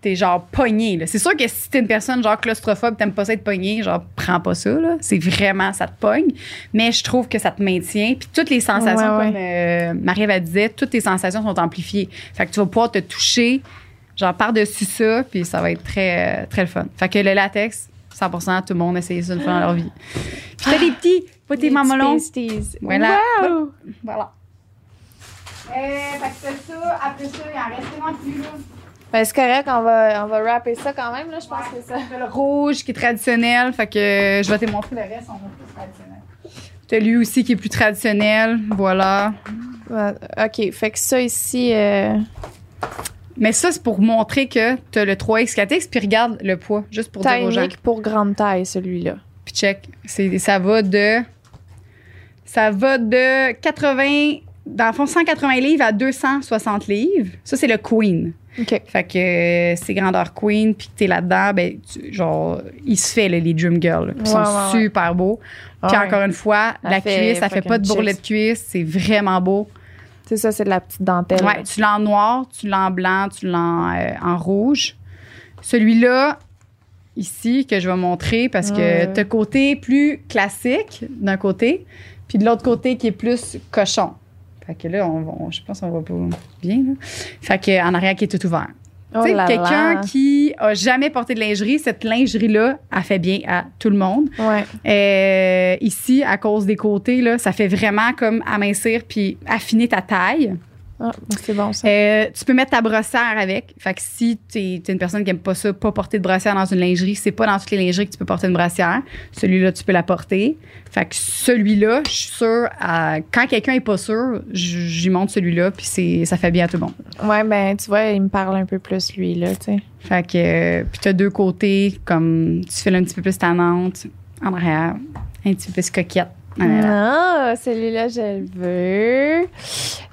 B: t'es genre pogné. là. C'est sûr que si t'es une personne genre claustrophobe, t'aimes pas ça être pogné, genre, prends pas ça, là. C'est vraiment, ça te pogne. Mais je trouve que ça te maintient. Puis toutes les sensations,
C: Ouais, ouais.
B: comme euh, Marie-Ève elle disait, toutes tes sensations sont amplifiées. Fait que tu vas pouvoir te toucher, genre, par-dessus ça, puis ça va être très, euh, très le fun. Fait que le latex, 100 tout le monde essaye ça une fois dans leur vie. Puis t'as des petits, pas tes
C: Les
B: mamelons.
C: petits pasties.
B: Voilà.
C: Wow!
B: Voilà. Euh, fait que c'est ça, après ça, il en reste vraiment plus, là.
C: Ben, c'est correct, on va, on va rapper ça quand même, là, je pense que c'est ça.
B: T'as le rouge qui est traditionnel, fait que euh, je vais t'émontrer le reste, on va plus traditionnel. T'as lui aussi qui est plus traditionnel, voilà.
C: Ouais, OK, fait que ça ici, euh,
B: Mais ça, c'est pour montrer que t'as le 3X4X, puis regarde le poids, juste pour dire
C: taille
B: aux gens.
C: unique pour grande taille, celui-là.
B: Puis check, c'est- ça va de... Ça va de 80... Dans le fond, 180 livres à 260 livres. Ça, c'est le queen.
C: OK.
B: Fait que euh, c'est grandeur queen, puis que t'es là-dedans, ben, tu- genre, il se fait, là, les Dream Girls. là. Puis Ils sont
C: Ouais, ouais, ouais.
B: super beaux. Puis
C: Ouais.
B: encore une fois,
C: Ça
B: la
C: fait
B: cuisse, ça fait pas de
C: fucking
B: bourrelet de cuisse. C'est vraiment beau.
C: C'est ça, c'est de la petite dentelle.
B: Ouais, tu l'as en noir, tu l'as en blanc, tu l'as en, euh, en rouge. Celui-là, ici, que je vais montrer, parce que
C: Ouais.
B: t'as le côté plus classique d'un côté, puis de l'autre côté qui est plus cochon. Fait que là, on, va- on- je pense qu'on va pas bien. là. Fait que en arrière qui est tout ouvert.
C: Oh
B: tu sais,
C: là
B: quelqu'un
C: là.
B: qui a jamais porté de lingerie, cette lingerie-là, elle fait bien à tout le monde.
C: Ouais.
B: Euh, ici, à cause des côtés, là, ça fait vraiment comme amincir puis affiner ta taille.
C: Ah, c'est bon, ça.
B: Euh, tu peux mettre ta brossière avec. Fait que si t'es t'es une personne qui aime pas ça, pas porter de brossière dans une lingerie, c'est pas dans toutes les lingeries que tu peux porter une brossière. Celui-là, tu peux la porter. Fait que celui-là, je suis sûre, euh, quand quelqu'un est pas sûr, j- j'y monte celui-là, puis c'est- ça fait bien à tout le monde.
C: Ouais, ben, tu vois, il me parle un peu plus, lui, là, tu sais.
B: Fait que, euh, puis t'as deux côtés, comme tu fais un petit peu plus tannante, en arrière, un petit peu plus coquette. en arrière.
C: Non, celui-là, je le veux.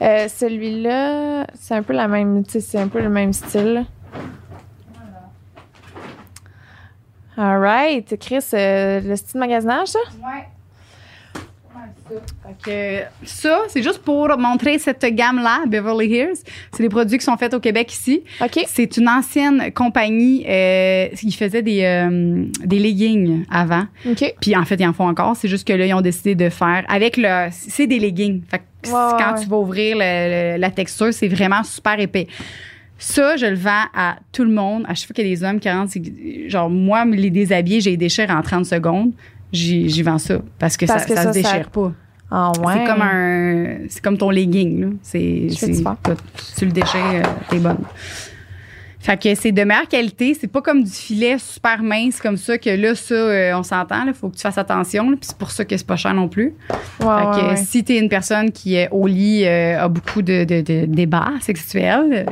C: Euh, celui-là, c'est un peu la même, tu sais, c'est un peu le même style. All right. Chris, euh, le style de magasinage, ça?
B: Ouais. Fait que ça, c'est juste pour montrer cette gamme-là, Beverly Hills. C'est des produits qui sont faits au Québec ici.
C: OK.
B: C'est une ancienne compagnie euh, qui faisait des, euh, des leggings avant.
C: OK.
B: Puis en fait, ils en font encore. C'est juste que là, ils ont décidé de faire avec le. C'est des leggings. Fait que c'est-
C: Ouais, ouais,
B: quand
C: ouais.
B: tu vas ouvrir le- le- la texture, c'est vraiment super épais. Ça, je le vends à tout le monde. À chaque fois qu'il y a des hommes qui rentrent, c'est- genre, moi, me les déshabiller, j'ai les déchire en 30 secondes. J'y j'y vends ça parce que,
C: Parce
B: ça,
C: que
B: ça
C: ça,
B: se
C: ça-
B: déchire pas.
C: Ah, ouais.
B: C'est comme un, c'est comme ton legging là. C'est,
C: Je fais
B: c'est-
C: du sport.
B: t'as- tu le déchets, euh, t'es bonne. Fait que c'est de meilleure qualité. C'est pas comme du filet super mince comme ça que là ça, euh, on s'entend. Il faut que tu fasses attention. là, Puis c'est pour ça que c'est pas cher non plus.
C: Ouais,
B: fait que
C: Ah, ouais, ouais.
B: si t'es une personne qui euh, au lit euh, a beaucoup de, de, de débats sexuels, euh,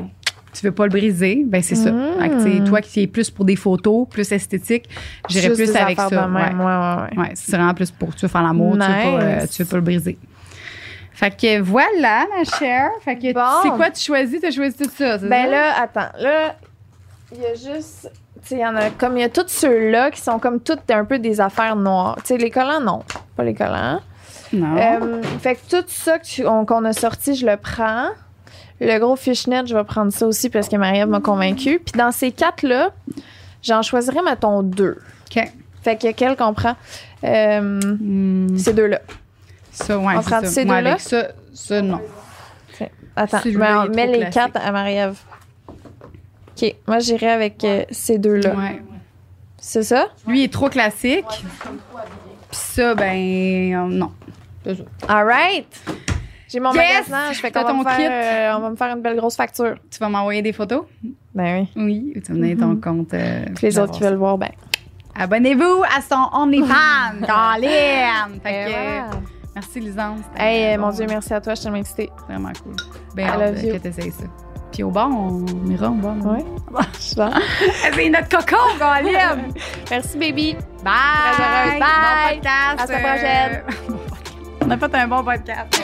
B: tu veux pas le briser, ben c'est ça.
C: Mmh.
B: Fait que, tu sais, toi qui es plus pour des photos, plus esthétique, j'irais
C: Juste
B: plus
C: des
B: avec ça.
C: affaires de
B: ouais.
C: même, ouais, ouais, ouais.
B: Ouais, c'est vraiment plus pour tu veux faire l'amour, tu, veux pas, euh,
C: Ben, Nice.
B: tu veux pas le briser. Fait que voilà, ma chère. Fait que
C: Bon.
B: c'est quoi tu choisis? Tu as choisi tout ça, c'est ça?
C: Ben là, attends, là, il y a juste. Tu sais, il y en a comme il y a tous ceux-là qui sont comme toutes un peu des affaires noires. Tu sais, les collants, non. Pas les collants.
B: Non.
C: Euh, fait que tout ça que tu- on- qu'on a sorti, je le prends. Le gros fishnet, je vais prendre ça aussi parce que Marie-Ève m'a convaincue. Puis dans ces quatre-là, j'en choisirais, mettons, deux.
B: OK.
C: Fait que quel qu'on prend? Euh,
B: Hmm,
C: ces deux-là.
B: Ça, ouais,
C: on
B: c'est
C: prend
B: ça.
C: ces
B: Moi,
C: deux-là?
B: avec ça, ça, non.
C: Attends,
B: Celui-là,
C: mais on
B: il est
C: met
B: trop
C: les
B: classique.
C: quatre à Marie-Ève. OK, moi j'irai avec euh, ces deux-là.
B: Ouais.
C: C'est ça?
B: Lui, il est trop classique. Puis ça, ben, euh, non.
C: All right. J'ai mon
B: Yes!
C: magasinage, fait
B: T'as
C: qu'on va,
B: ton
C: me
B: kit.
C: faire, euh, on va me faire une belle grosse facture.
B: Tu vas m'envoyer des photos?
C: Ben oui.
B: Oui. ou Tu me donnes ton
C: Mhm.
B: compte. euh,
C: Puis les autres
B: d'avoir
C: qui
B: ça.
C: veulent voir, ben.
B: Abonnez-vous à son OnlyFans, Colin! Fait que,
C: euh,
B: euh, merci, Lisande. C'était
C: Hey, euh, mon
B: bon.
C: Dieu, merci à toi, je t'ai excitée.
B: vraiment cool. Ben,
C: I
B: hâte
C: love
B: euh, que
C: you.
B: tu ça. Puis au bar, on ira, on va.
C: Ouais.
B: C'est notre coco, Galim!
C: merci, baby.
B: Bye!
C: Très heureuse.
B: Bye!
C: Bon podcast. euh, À la
B: On a fait un bon podcast.